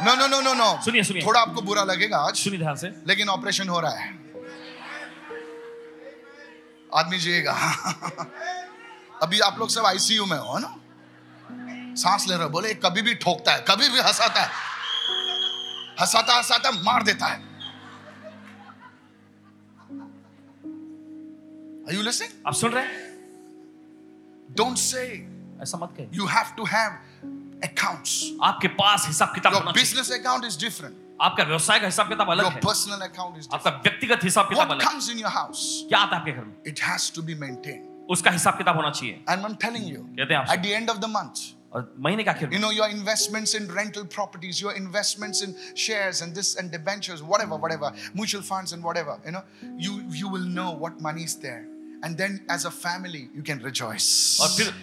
Speaker 1: no no no no no
Speaker 2: सुनिए, सुनिए।
Speaker 1: थोड़ा आपको बुरा लगेगा आज
Speaker 2: सुनिए ध्यान से
Speaker 1: लेकिन ऑपरेशन हो रहा है आदमी जिएगा अभी आप लोग सब आईसीयू में हो ना सांस ले रहे हो बोले कभी भी ठोकता है कभी भी हंसाता है हंसाता हंसाता मार देता है Are you listening?
Speaker 2: आप सुन रहे हैं
Speaker 1: Don't say
Speaker 2: ऐसा मत कहिए
Speaker 1: you have to have accounts.
Speaker 2: आपके पास हिसाब किताब
Speaker 1: Your
Speaker 2: होना चाहिए
Speaker 1: business account is different.
Speaker 2: आपका व्यवसाय का हिसाब किताब अलग
Speaker 1: Your
Speaker 2: है
Speaker 1: personal account is different.
Speaker 2: आपका व्यक्तिगत हिसाब किताब
Speaker 1: What
Speaker 2: अलग है
Speaker 1: comes in your house,
Speaker 2: क्या आता है आपके घर में
Speaker 1: it has to be maintained.
Speaker 2: उसका हिसाब किताब होना चाहिए
Speaker 1: And I'm telling you,
Speaker 2: कहते हैं आप
Speaker 1: at the end of the month,
Speaker 2: और महीने के आखिर
Speaker 1: you
Speaker 2: में
Speaker 1: know, your investments in rental properties, your investments in shares and this and debentures, whatever, whatever, mutual funds and whatever, you know, you, you will know what money is there. And then as a family, you can
Speaker 2: और
Speaker 1: rejoice.
Speaker 2: फिर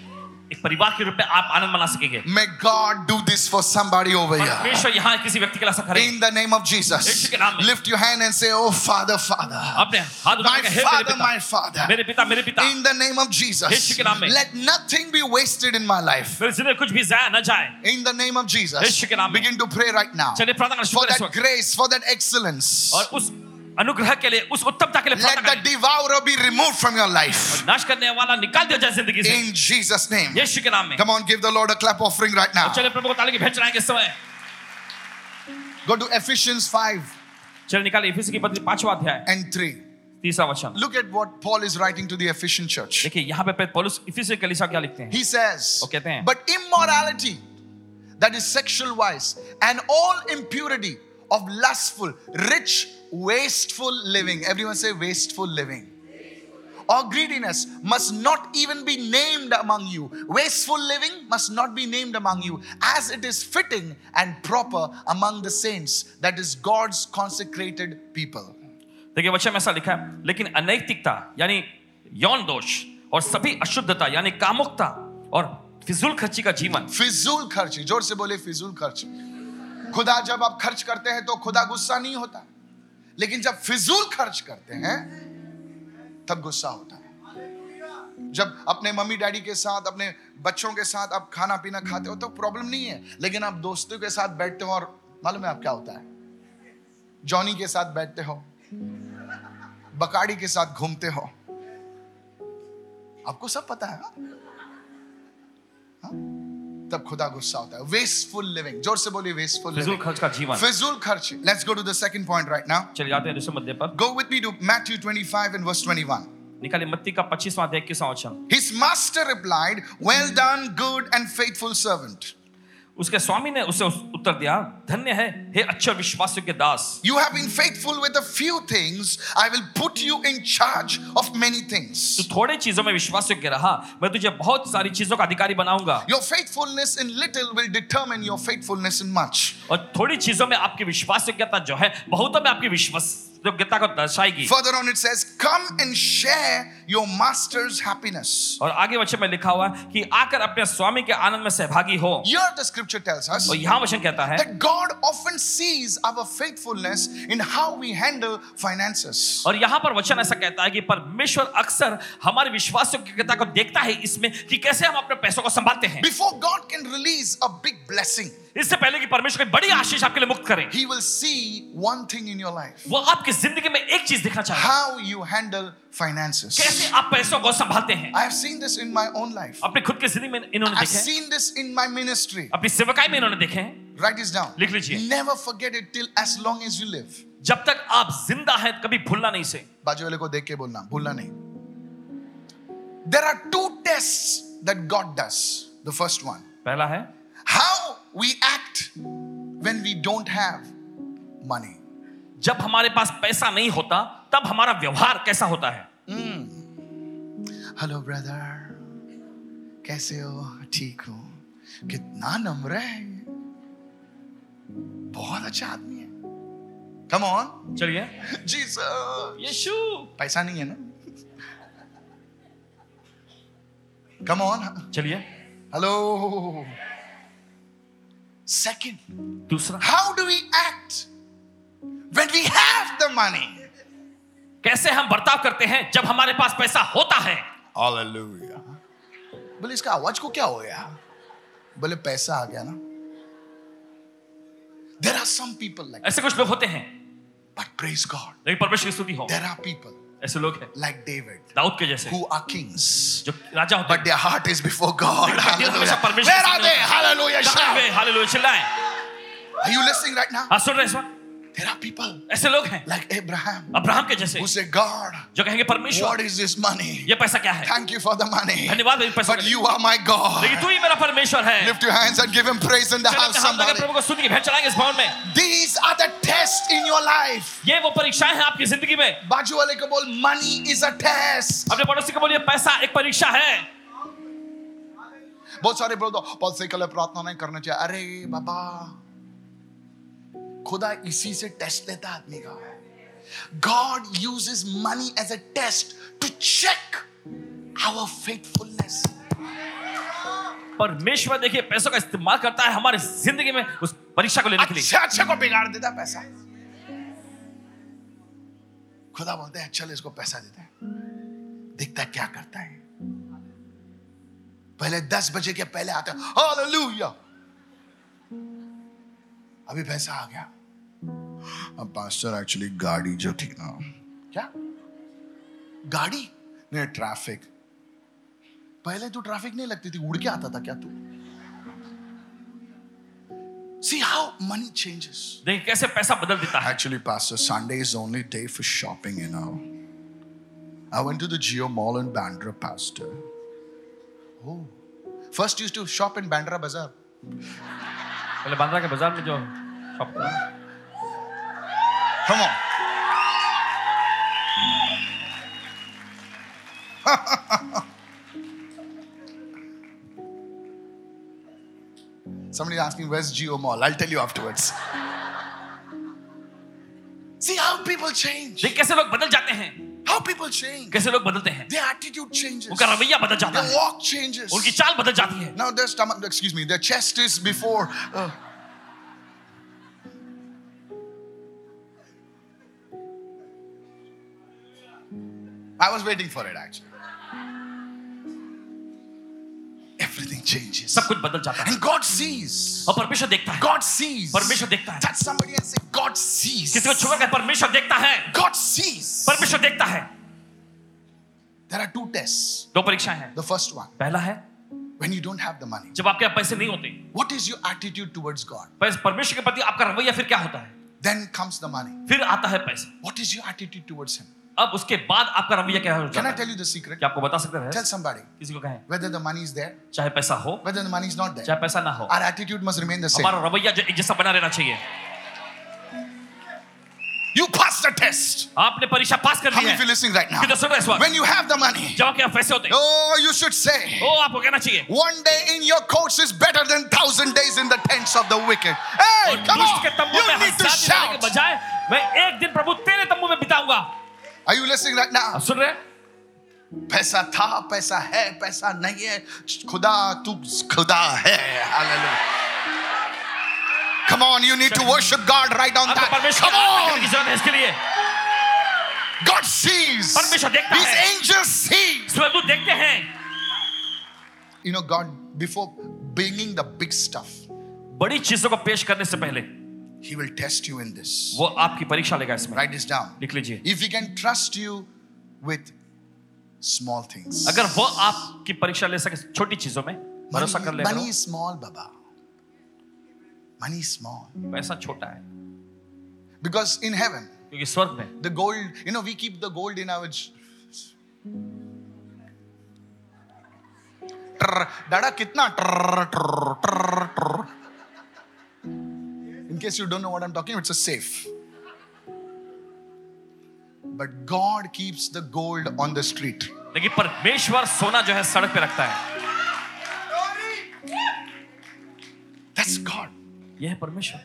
Speaker 2: एक परिवार के रूप में आप आनंद मना सकेंगे
Speaker 1: May God do this for somebody over here.
Speaker 2: परमेश्वर यहाँ किसी व्यक्ति के लिए ऐसा करें
Speaker 1: In the name of Jesus,
Speaker 2: यीशु के नाम में।
Speaker 1: lift your hand and say, Oh, Father, Father,
Speaker 2: अपने हाथ उठा
Speaker 1: my
Speaker 2: के, "हे मेरे
Speaker 1: Father,
Speaker 2: पिता
Speaker 1: my Father.
Speaker 2: मेरे पिता मेरे पिता
Speaker 1: In the name of
Speaker 2: यीशु
Speaker 1: Jesus,
Speaker 2: के नाम में।
Speaker 1: let nothing be wasted in my life.
Speaker 2: मेरे जिंदगी में कुछ भी जाया न जाए
Speaker 1: In the name of Jesus,
Speaker 2: यीशु के नाम में।
Speaker 1: begin to pray right now.
Speaker 2: चलिए प्रार्थना करें
Speaker 1: for
Speaker 2: शुक्र है इस
Speaker 1: that
Speaker 2: वक्त।
Speaker 1: grace, for that excellence.
Speaker 2: और उस अनुग्रह के लिए उस उत्तमता के लिए
Speaker 1: Let
Speaker 2: प्रार्थना
Speaker 1: the
Speaker 2: करें
Speaker 1: devourer be removed from your life.
Speaker 2: नाश करने वाला निकाल दिया जाए जिंदगी से
Speaker 1: In Jesus' name.
Speaker 2: यीशु के नाम में
Speaker 1: Come on, give the Lord a clap offering right now.
Speaker 2: चलिए प्रभु को ताली की भेंट चढ़ाएंगे इस समय
Speaker 1: Go to Ephesians 5
Speaker 2: चलिए निकालिए इफिसी की पत्री पांचवा अध्याय
Speaker 1: and 3.
Speaker 2: तीसरा वचन
Speaker 1: Look at what Paul is writing to the Ephesian church.
Speaker 2: देखिए यहाँ पे पौलुस इफिसी कलीसिया क्या लिखते हैं
Speaker 1: He says,
Speaker 2: वो कहते हैं।
Speaker 1: But immorality, that is sexual wise, and all impurity of lustful, rich, wasteful living. Everyone say wasteful living. Or greediness must not even be named among you. Wasteful living must not be named among you, as it is fitting and proper among the saints, that is God's consecrated people.
Speaker 2: देखिए वचन में ऐसा लिखा है लेकिन अनैतिकता यानी यौन दोष और सभी अशुद्धता यानी कामुकता और फिजूल खर्ची का जीवन
Speaker 1: फिजूल खर्ची जोर से बोले फिजूल खर्ची खुदा जब आप खर्च करते हैं तो खुदा गुस्सा नहीं होता लेकिन जब फिजूल खर्च करते हैं तब गुस्सा होता है जब अपने मम्मी डैडी के साथ अपने बच्चों के साथ आप खाना पीना खाते हो तो प्रॉब्लम नहीं है लेकिन आप दोस्तों के साथ बैठते हो और मालूम है आप क्या होता है जॉनी के साथ बैठते हो बकाड़ी के साथ घूमते हो आपको सब पता है हाँ? तब खुदा गुस्सा होता है वेस्टफुल लिविंग जोर से बोलिए वेस्टफुल
Speaker 2: फिजूल
Speaker 1: लिविंग
Speaker 2: खर्च का जीवन
Speaker 1: फिजूल खर्च let's go to the second point right now
Speaker 2: चले जाते हैं दूसरे मुद्दे पर
Speaker 1: go with me to Matthew 25 and verse 21
Speaker 2: निकालिए मत्ती का 25वां अध्याय 21वां वचन
Speaker 1: His master replied, Well done, good and faithful servant.
Speaker 2: उसके स्वामी ने उसे उस- उत्तर दिया धन्य है हे अच्छे विश्वासियों के दास
Speaker 1: You have been faithful with a few things. I will put you in charge of many
Speaker 2: तू
Speaker 1: things.
Speaker 2: थोड़े चीजों में विश्वास योग्य रहा मैं तुझे बहुत सारी चीजों का अधिकारी बनाऊंगा
Speaker 1: Your faithfulness in little will determine your faithfulness in much.
Speaker 2: और थोड़ी चीजों में आपकी विश्वास योग्यता जो है बहुतों में आपकी विश्वास योग्यता को दर्शाएगी
Speaker 1: Further on, it says, Come and share your master's happiness.
Speaker 2: और आगे वचन में लिखा हुआ है कि आकर अपने स्वामी के आनंद में सहभागी हो
Speaker 1: Here, the scripture tells us
Speaker 2: और यहाँ वचन कहता है
Speaker 1: that God often sees our faithfulness in how we handle finances.
Speaker 2: और यहाँ पर वचन ऐसा कहता है कि परमेश्वर अक्सर हमारी विश्वास योग्यता को देखता है इसमें कि कैसे हम अपने पैसों को संभालते हैं
Speaker 1: Before God can release a big blessing,
Speaker 2: इससे पहले कि परमेश्वर कोई बड़ी आशीष आपके लिए मुक्त करें
Speaker 1: He will see one thing in your life
Speaker 2: वो आपकी जिंदगी में एक चीज देखना चाहता है
Speaker 1: how you handle finances.
Speaker 2: कैसे आप पैसों को संभालते हैं
Speaker 1: I have seen this in my own life,
Speaker 2: अपने खुद की जिंदगी में इन्होंने
Speaker 1: I've
Speaker 2: देखे हैं।
Speaker 1: seen this in my ministry.
Speaker 2: अपनी सेवकाई में इन्होंने देखे हैं।
Speaker 1: Write this down.
Speaker 2: लिख लीजिए।
Speaker 1: Never forget it till as long as you live.
Speaker 2: जब तक आप जिंदा हैं कभी भूलना नहीं से
Speaker 1: बाजू वाले को देख के बोलना भूलना नहीं there are two test that God does the first one
Speaker 2: पहला है
Speaker 1: how we act when we don't have money
Speaker 2: जब हमारे पास पैसा नहीं होता तब हमारा व्यवहार कैसा होता है
Speaker 1: हेलो ब्रदर कैसे हो ठीक हो कितना नम्र है ये। बहुत अच्छा आदमी है कम ऑन
Speaker 2: चलिए
Speaker 1: जी सर
Speaker 2: यीशु
Speaker 1: पैसा नहीं है ना कम ऑन
Speaker 2: चलिए
Speaker 1: Hello. Second,
Speaker 2: दूसरा
Speaker 1: how do we act when we have the money?
Speaker 2: कैसे हम बर्ताव करते हैं जब हमारे पास पैसा होता है
Speaker 1: Hallelujah. बोले इसका आवाज को क्या हो गया बोले पैसा आ गया ना there are some people like
Speaker 2: ऐसे कुछ लोग होते हैं
Speaker 1: बट प्रेज गॉड
Speaker 2: लेकिन परमेश्वर की स्तुति हो
Speaker 1: देर आर पीपल
Speaker 2: ऐसे लोग हैं
Speaker 1: लाइक डेविड
Speaker 2: दाऊद के जैसे
Speaker 1: हु आर किंग्स
Speaker 2: जो राजा होते
Speaker 1: but their heart is before god
Speaker 2: दिल हमेशा
Speaker 1: hallelujah
Speaker 2: परमेश्वर
Speaker 1: where
Speaker 2: से
Speaker 1: are they
Speaker 2: मिलता है।
Speaker 1: hallelujah
Speaker 2: कहाँ
Speaker 1: shout
Speaker 2: वे? हालेलुया चिल्लाएं
Speaker 1: are you listening right now
Speaker 2: हाँ सुन रहे हैं इस वक्त?
Speaker 1: there are people
Speaker 2: ऐसे लोग हैं
Speaker 1: like abraham
Speaker 2: अब्राहम के जैसे
Speaker 1: who say god
Speaker 2: जो कहेंगे
Speaker 1: What
Speaker 2: परमेश्वर
Speaker 1: is this money?
Speaker 2: ये पैसा क्या है
Speaker 1: Thank you for the money.
Speaker 2: धन्यवाद इस पैसे के
Speaker 1: But
Speaker 2: लिए।
Speaker 1: you are my
Speaker 2: लेकिन
Speaker 1: God.
Speaker 2: तू ही मेरा परमेश्वर है
Speaker 1: Lift your hands and give him praise in the
Speaker 2: चलो
Speaker 1: house,
Speaker 2: अपने हाथ लगा
Speaker 1: somebody.
Speaker 2: प्रभु को स्तुति की भेंट चढ़ाएंगे इस भवन में
Speaker 1: These are the tests in your life.
Speaker 2: ये वो परीक्षाएं हैं आपकी जिंदगी में
Speaker 1: बाजू वाले को बोल money is a test.
Speaker 2: अपने पड़ोसी को बोलिए पैसा एक परीक्षा है
Speaker 1: बहुत सारे बोल दो बहुत से कल प्रार्थना नहीं करना चाहिए अरे बाबा खुदा इसी से टेस्ट लेता है आदमी का God uses money as a test to check our faithfulness.
Speaker 2: परमेश्वर देखिए पैसों का इस्तेमाल करता है हमारी जिंदगी में उस परीक्षा को लेने के लिए
Speaker 1: अच्छा अच्छा को बिगाड़ देता है पैसा खुदा बोलते हैं चल इसको पैसा देते हैं दिखता क्या करता है पहले दस बजे के पहले आता हालेलुया अभी पैसा आ गया अब पास्टर एक्चुअली गाड़ी जो थी ना क्या गाड़ी नहीं ट्रैफिक पहले तो ट्रैफिक नहीं लगती थी उड़ के आता था क्या तू सी हाउ मनी चेंजेस
Speaker 2: देखिए कैसे पैसा बदल देता है
Speaker 1: Actually, Pastor, Sunday is the only day for shopping, you know. I went to the Geo Mall in Bandra, Pastor. Oh. First used to shop in Bandra Bazaar.
Speaker 2: पहले बांद्रा के बाजार में जो शॉप था
Speaker 1: Come on. Somebody asked me, where's Geo Mall? I'll tell you afterwards. See how people change.
Speaker 2: देखिए कैसे लोग बदल जाते हैं
Speaker 1: How people change.
Speaker 2: कैसे लोग बदलते हैं
Speaker 1: Their attitude changes.
Speaker 2: उनका रवैया बदल जाता
Speaker 1: Their
Speaker 2: है
Speaker 1: walk changes.
Speaker 2: उनकी चाल बदल जाती है
Speaker 1: Now their stomach, excuse me, their chest is before. uh, I was waiting for it actually. Everything changes.
Speaker 2: सब कुछ बदल जाता है
Speaker 1: And God sees.
Speaker 2: और परमेश्वर देखता है
Speaker 1: God sees.
Speaker 2: परमेश्वर देखता है
Speaker 1: Touch somebody and say, God sees.
Speaker 2: किसी को छुपा कर परमेश्वर देखता है
Speaker 1: God sees.
Speaker 2: परमेश्वर देखता है
Speaker 1: There are two tests.
Speaker 2: दो परीक्षाएं हैं
Speaker 1: The first one,
Speaker 2: पहला है
Speaker 1: when you don't have the money,
Speaker 2: जब आपके यहाँ पैसे नहीं होते
Speaker 1: what is your attitude towards God?
Speaker 2: पर- परमेश्वर के प्रति आपका रवैया फिर क्या होता है
Speaker 1: Then comes the money.
Speaker 2: फिर आता है पैसा
Speaker 1: What is your attitude towards Him?
Speaker 2: अब उसके बाद आपका रवैया क्या हो
Speaker 1: Can
Speaker 2: जाता
Speaker 1: I
Speaker 2: है
Speaker 1: tell you the secret?
Speaker 2: क्या आपको बता सकते हैं
Speaker 1: Tell somebody
Speaker 2: किसी को कहें
Speaker 1: whether the money is there,
Speaker 2: चाहे पैसा हो
Speaker 1: whether the money is not there.
Speaker 2: चाहे पैसा ना हो
Speaker 1: Our attitude must remain the same.
Speaker 2: हमारा रवैया जो एक जैसा बना रहना चाहिए
Speaker 1: You passed the test.
Speaker 2: आपने परीक्षा पास कर
Speaker 1: How
Speaker 2: Lee
Speaker 1: many of you
Speaker 2: है
Speaker 1: listening right now?
Speaker 2: कितने सुन रहे हैं इस वक्त
Speaker 1: When you have the money,
Speaker 2: जब आपके यहाँ पैसे होते हैं
Speaker 1: oh, you should say,
Speaker 2: ओ आपको कहना चाहिए
Speaker 1: one day in your courts is better than thousand days in the tents of the wicked. Hey,
Speaker 2: और
Speaker 1: come
Speaker 2: दुष्ट
Speaker 1: on!
Speaker 2: के तंबू में
Speaker 1: You need to
Speaker 2: हजार दिन रहने के
Speaker 1: shout.
Speaker 2: बजाय मैं एक दिन प्रभु तेरे तंबू में बिताऊंगा
Speaker 1: Are you listening right now?
Speaker 2: आप सुन रहे हैं
Speaker 1: पैसा था पैसा है पैसा नहीं है खुदा तू खुदा है Hallelujah. Come on, you need to worship God right on
Speaker 2: आपको
Speaker 1: that.
Speaker 2: परमेश्वर
Speaker 1: Come
Speaker 2: की आराधना करने
Speaker 1: on,
Speaker 2: की जरूरत है इसके लिए
Speaker 1: God sees.
Speaker 2: परमेश्वर देखता
Speaker 1: His
Speaker 2: है।
Speaker 1: angels see.
Speaker 2: स्वर्गदूत देखते हैं
Speaker 1: You know, God, before bringing the big stuff,
Speaker 2: बड़ी चीजों को पेश करने से पहले
Speaker 1: He will test you in this.
Speaker 2: वो आपकी परीक्षा लेगा इसमें
Speaker 1: Write this down.
Speaker 2: लिख लीजिए
Speaker 1: If He can trust you with small things,
Speaker 2: अगर वो आपकी परीक्षा ले सके छोटी चीजों में भरोसा कर
Speaker 1: money,
Speaker 2: लेगा
Speaker 1: money is small, Baba. Money is small.
Speaker 2: वो। पैसा छोटा है
Speaker 1: Because in heaven,
Speaker 2: क्योंकि स्वर्ग में
Speaker 1: the gold you know we keep the gold in our j- Trrr, dada kitna trrr, trrr, trrr, trrr. in case you don't know what i'm talking about it's a safe but god keeps the gold on the street
Speaker 2: लेकिन परमेश्वर सोना जो है सड़क पे रखता है
Speaker 1: that's god
Speaker 2: यह है परमेश्वर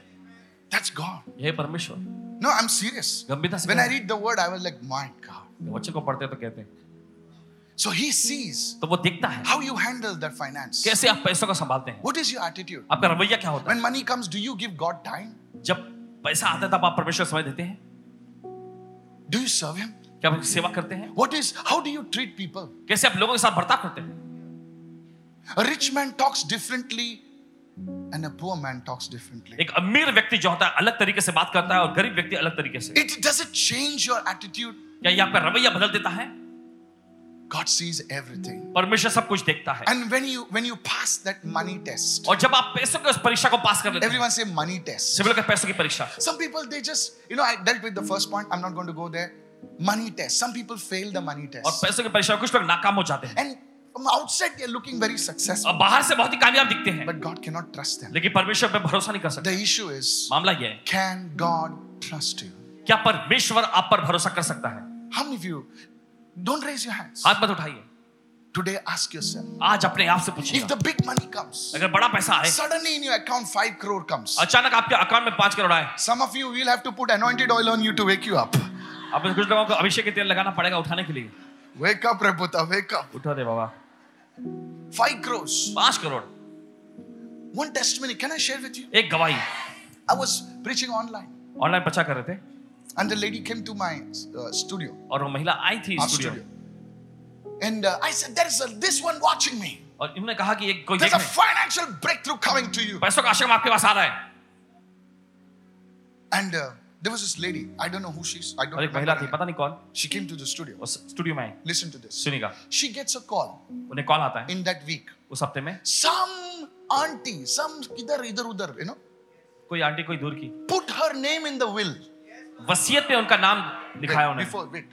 Speaker 1: that's god
Speaker 2: यह है परमेश्वर
Speaker 1: no i'm serious
Speaker 2: गंभीरता से
Speaker 1: when i
Speaker 2: कहना।
Speaker 1: read the word i was like my god
Speaker 2: बच्चे को पढ़ते हैं तो कहते हैं
Speaker 1: so he sees
Speaker 2: तो वो देखता है
Speaker 1: how you handle that finance
Speaker 2: कैसे आप पैसों को संभालते हैं
Speaker 1: what is your attitude
Speaker 2: आपका रवैया क्या होता
Speaker 1: when money comes do you give god time
Speaker 2: है जब पैसा आता है तब आप परमेश्वर को समय देते हैं
Speaker 1: Do you serve him?
Speaker 2: क्या आप उनकी सेवा करते हैं
Speaker 1: What is how do you treat people?
Speaker 2: कैसे आप लोगों के साथ बर्ताव करते हैं
Speaker 1: A rich man talks differently and a poor man talks differently.
Speaker 2: एक अमीर व्यक्ति जो होता है अलग तरीके से बात करता है और गरीब व्यक्ति अलग तरीके से
Speaker 1: It does it change your attitude.
Speaker 2: क्या ये आपका रवैया बदल देता है
Speaker 1: God sees everything.
Speaker 2: परमेश्वर सब कुछ देखता है
Speaker 1: And when you when you pass that money test,
Speaker 2: और जब आप पैसों की उस परीक्षा को पास कर लेते हैं
Speaker 1: everyone say money test.
Speaker 2: Civil का पैसों की परीक्षा
Speaker 1: Some people they just you know I dealt with the first point. I'm not going to go there. Money test. Some people fail the money
Speaker 2: और
Speaker 1: test.
Speaker 2: पैसों की परीक्षा में कुछ लोग नाकाम हो जाते हैं
Speaker 1: And from outside they're looking very successful,
Speaker 2: और बाहर से बहुत ही कामयाब दिखते हैं
Speaker 1: but God cannot trust them.
Speaker 2: लेकिन परमेश्वर पे भरोसा नहीं कर सकते
Speaker 1: The issue is
Speaker 2: मामला यह है
Speaker 1: can God trust you?
Speaker 2: क्या परमेश्वर आप पर भरोसा कर सकता है
Speaker 1: How many of you don't raise your hands?
Speaker 2: हाथ मत उठाइए
Speaker 1: Today, ask yourself
Speaker 2: आज अपने आप से पूछिए
Speaker 1: if the big money comes,
Speaker 2: अगर बड़ा पैसा आए
Speaker 1: suddenly in your account 5 crore comes.
Speaker 2: अचानक आपके अकाउंट में पांच करोड़ आए
Speaker 1: Some of you will have to put anointed oil on you to wake you up.
Speaker 2: आप कुछ लोगों को अभिषेक के तेल लगाना पड़ेगा उठाने के लिए
Speaker 1: Wake up, Reputa, wake up.
Speaker 2: उठा दे बाबा
Speaker 1: 5 crores.
Speaker 2: पांच crore
Speaker 1: One testimony, can I share with you?
Speaker 2: एक गवाही
Speaker 1: I was preaching online
Speaker 2: online प्रचार कर रहे थे
Speaker 1: and the lady came to my uh, studio,
Speaker 2: और वो महिला आई थी
Speaker 1: our
Speaker 2: studio
Speaker 1: studio. And uh, I said, There is a, this one watching me.
Speaker 2: और इन्होंने कहा कि एक कोई
Speaker 1: There's
Speaker 2: देख
Speaker 1: a
Speaker 2: रहे हैं।
Speaker 1: financial breakthrough coming to you.
Speaker 2: पैसों का आश्रम आपके पास आ रहा है
Speaker 1: And uh, there was this lady, I don't know who she is, I don't
Speaker 2: और एक
Speaker 1: remember.
Speaker 2: महिला
Speaker 1: her
Speaker 2: थी
Speaker 1: name.
Speaker 2: पता नहीं कौन
Speaker 1: She came to the studio.
Speaker 2: उस स्टूडियो में आई
Speaker 1: Listen to this.
Speaker 2: सुनिएगा
Speaker 1: She gets a call
Speaker 2: उन्हें कॉल आता है
Speaker 1: in that week.
Speaker 2: उस हफ्ते में
Speaker 1: Some auntie, some idhar idhar udhar, you know,
Speaker 2: कोई आंटी कोई दूर की
Speaker 1: put her name in the will.
Speaker 2: वसीयत में उनका नाम लिखाया
Speaker 1: Wait,
Speaker 2: उन्होंने
Speaker 1: before, wait.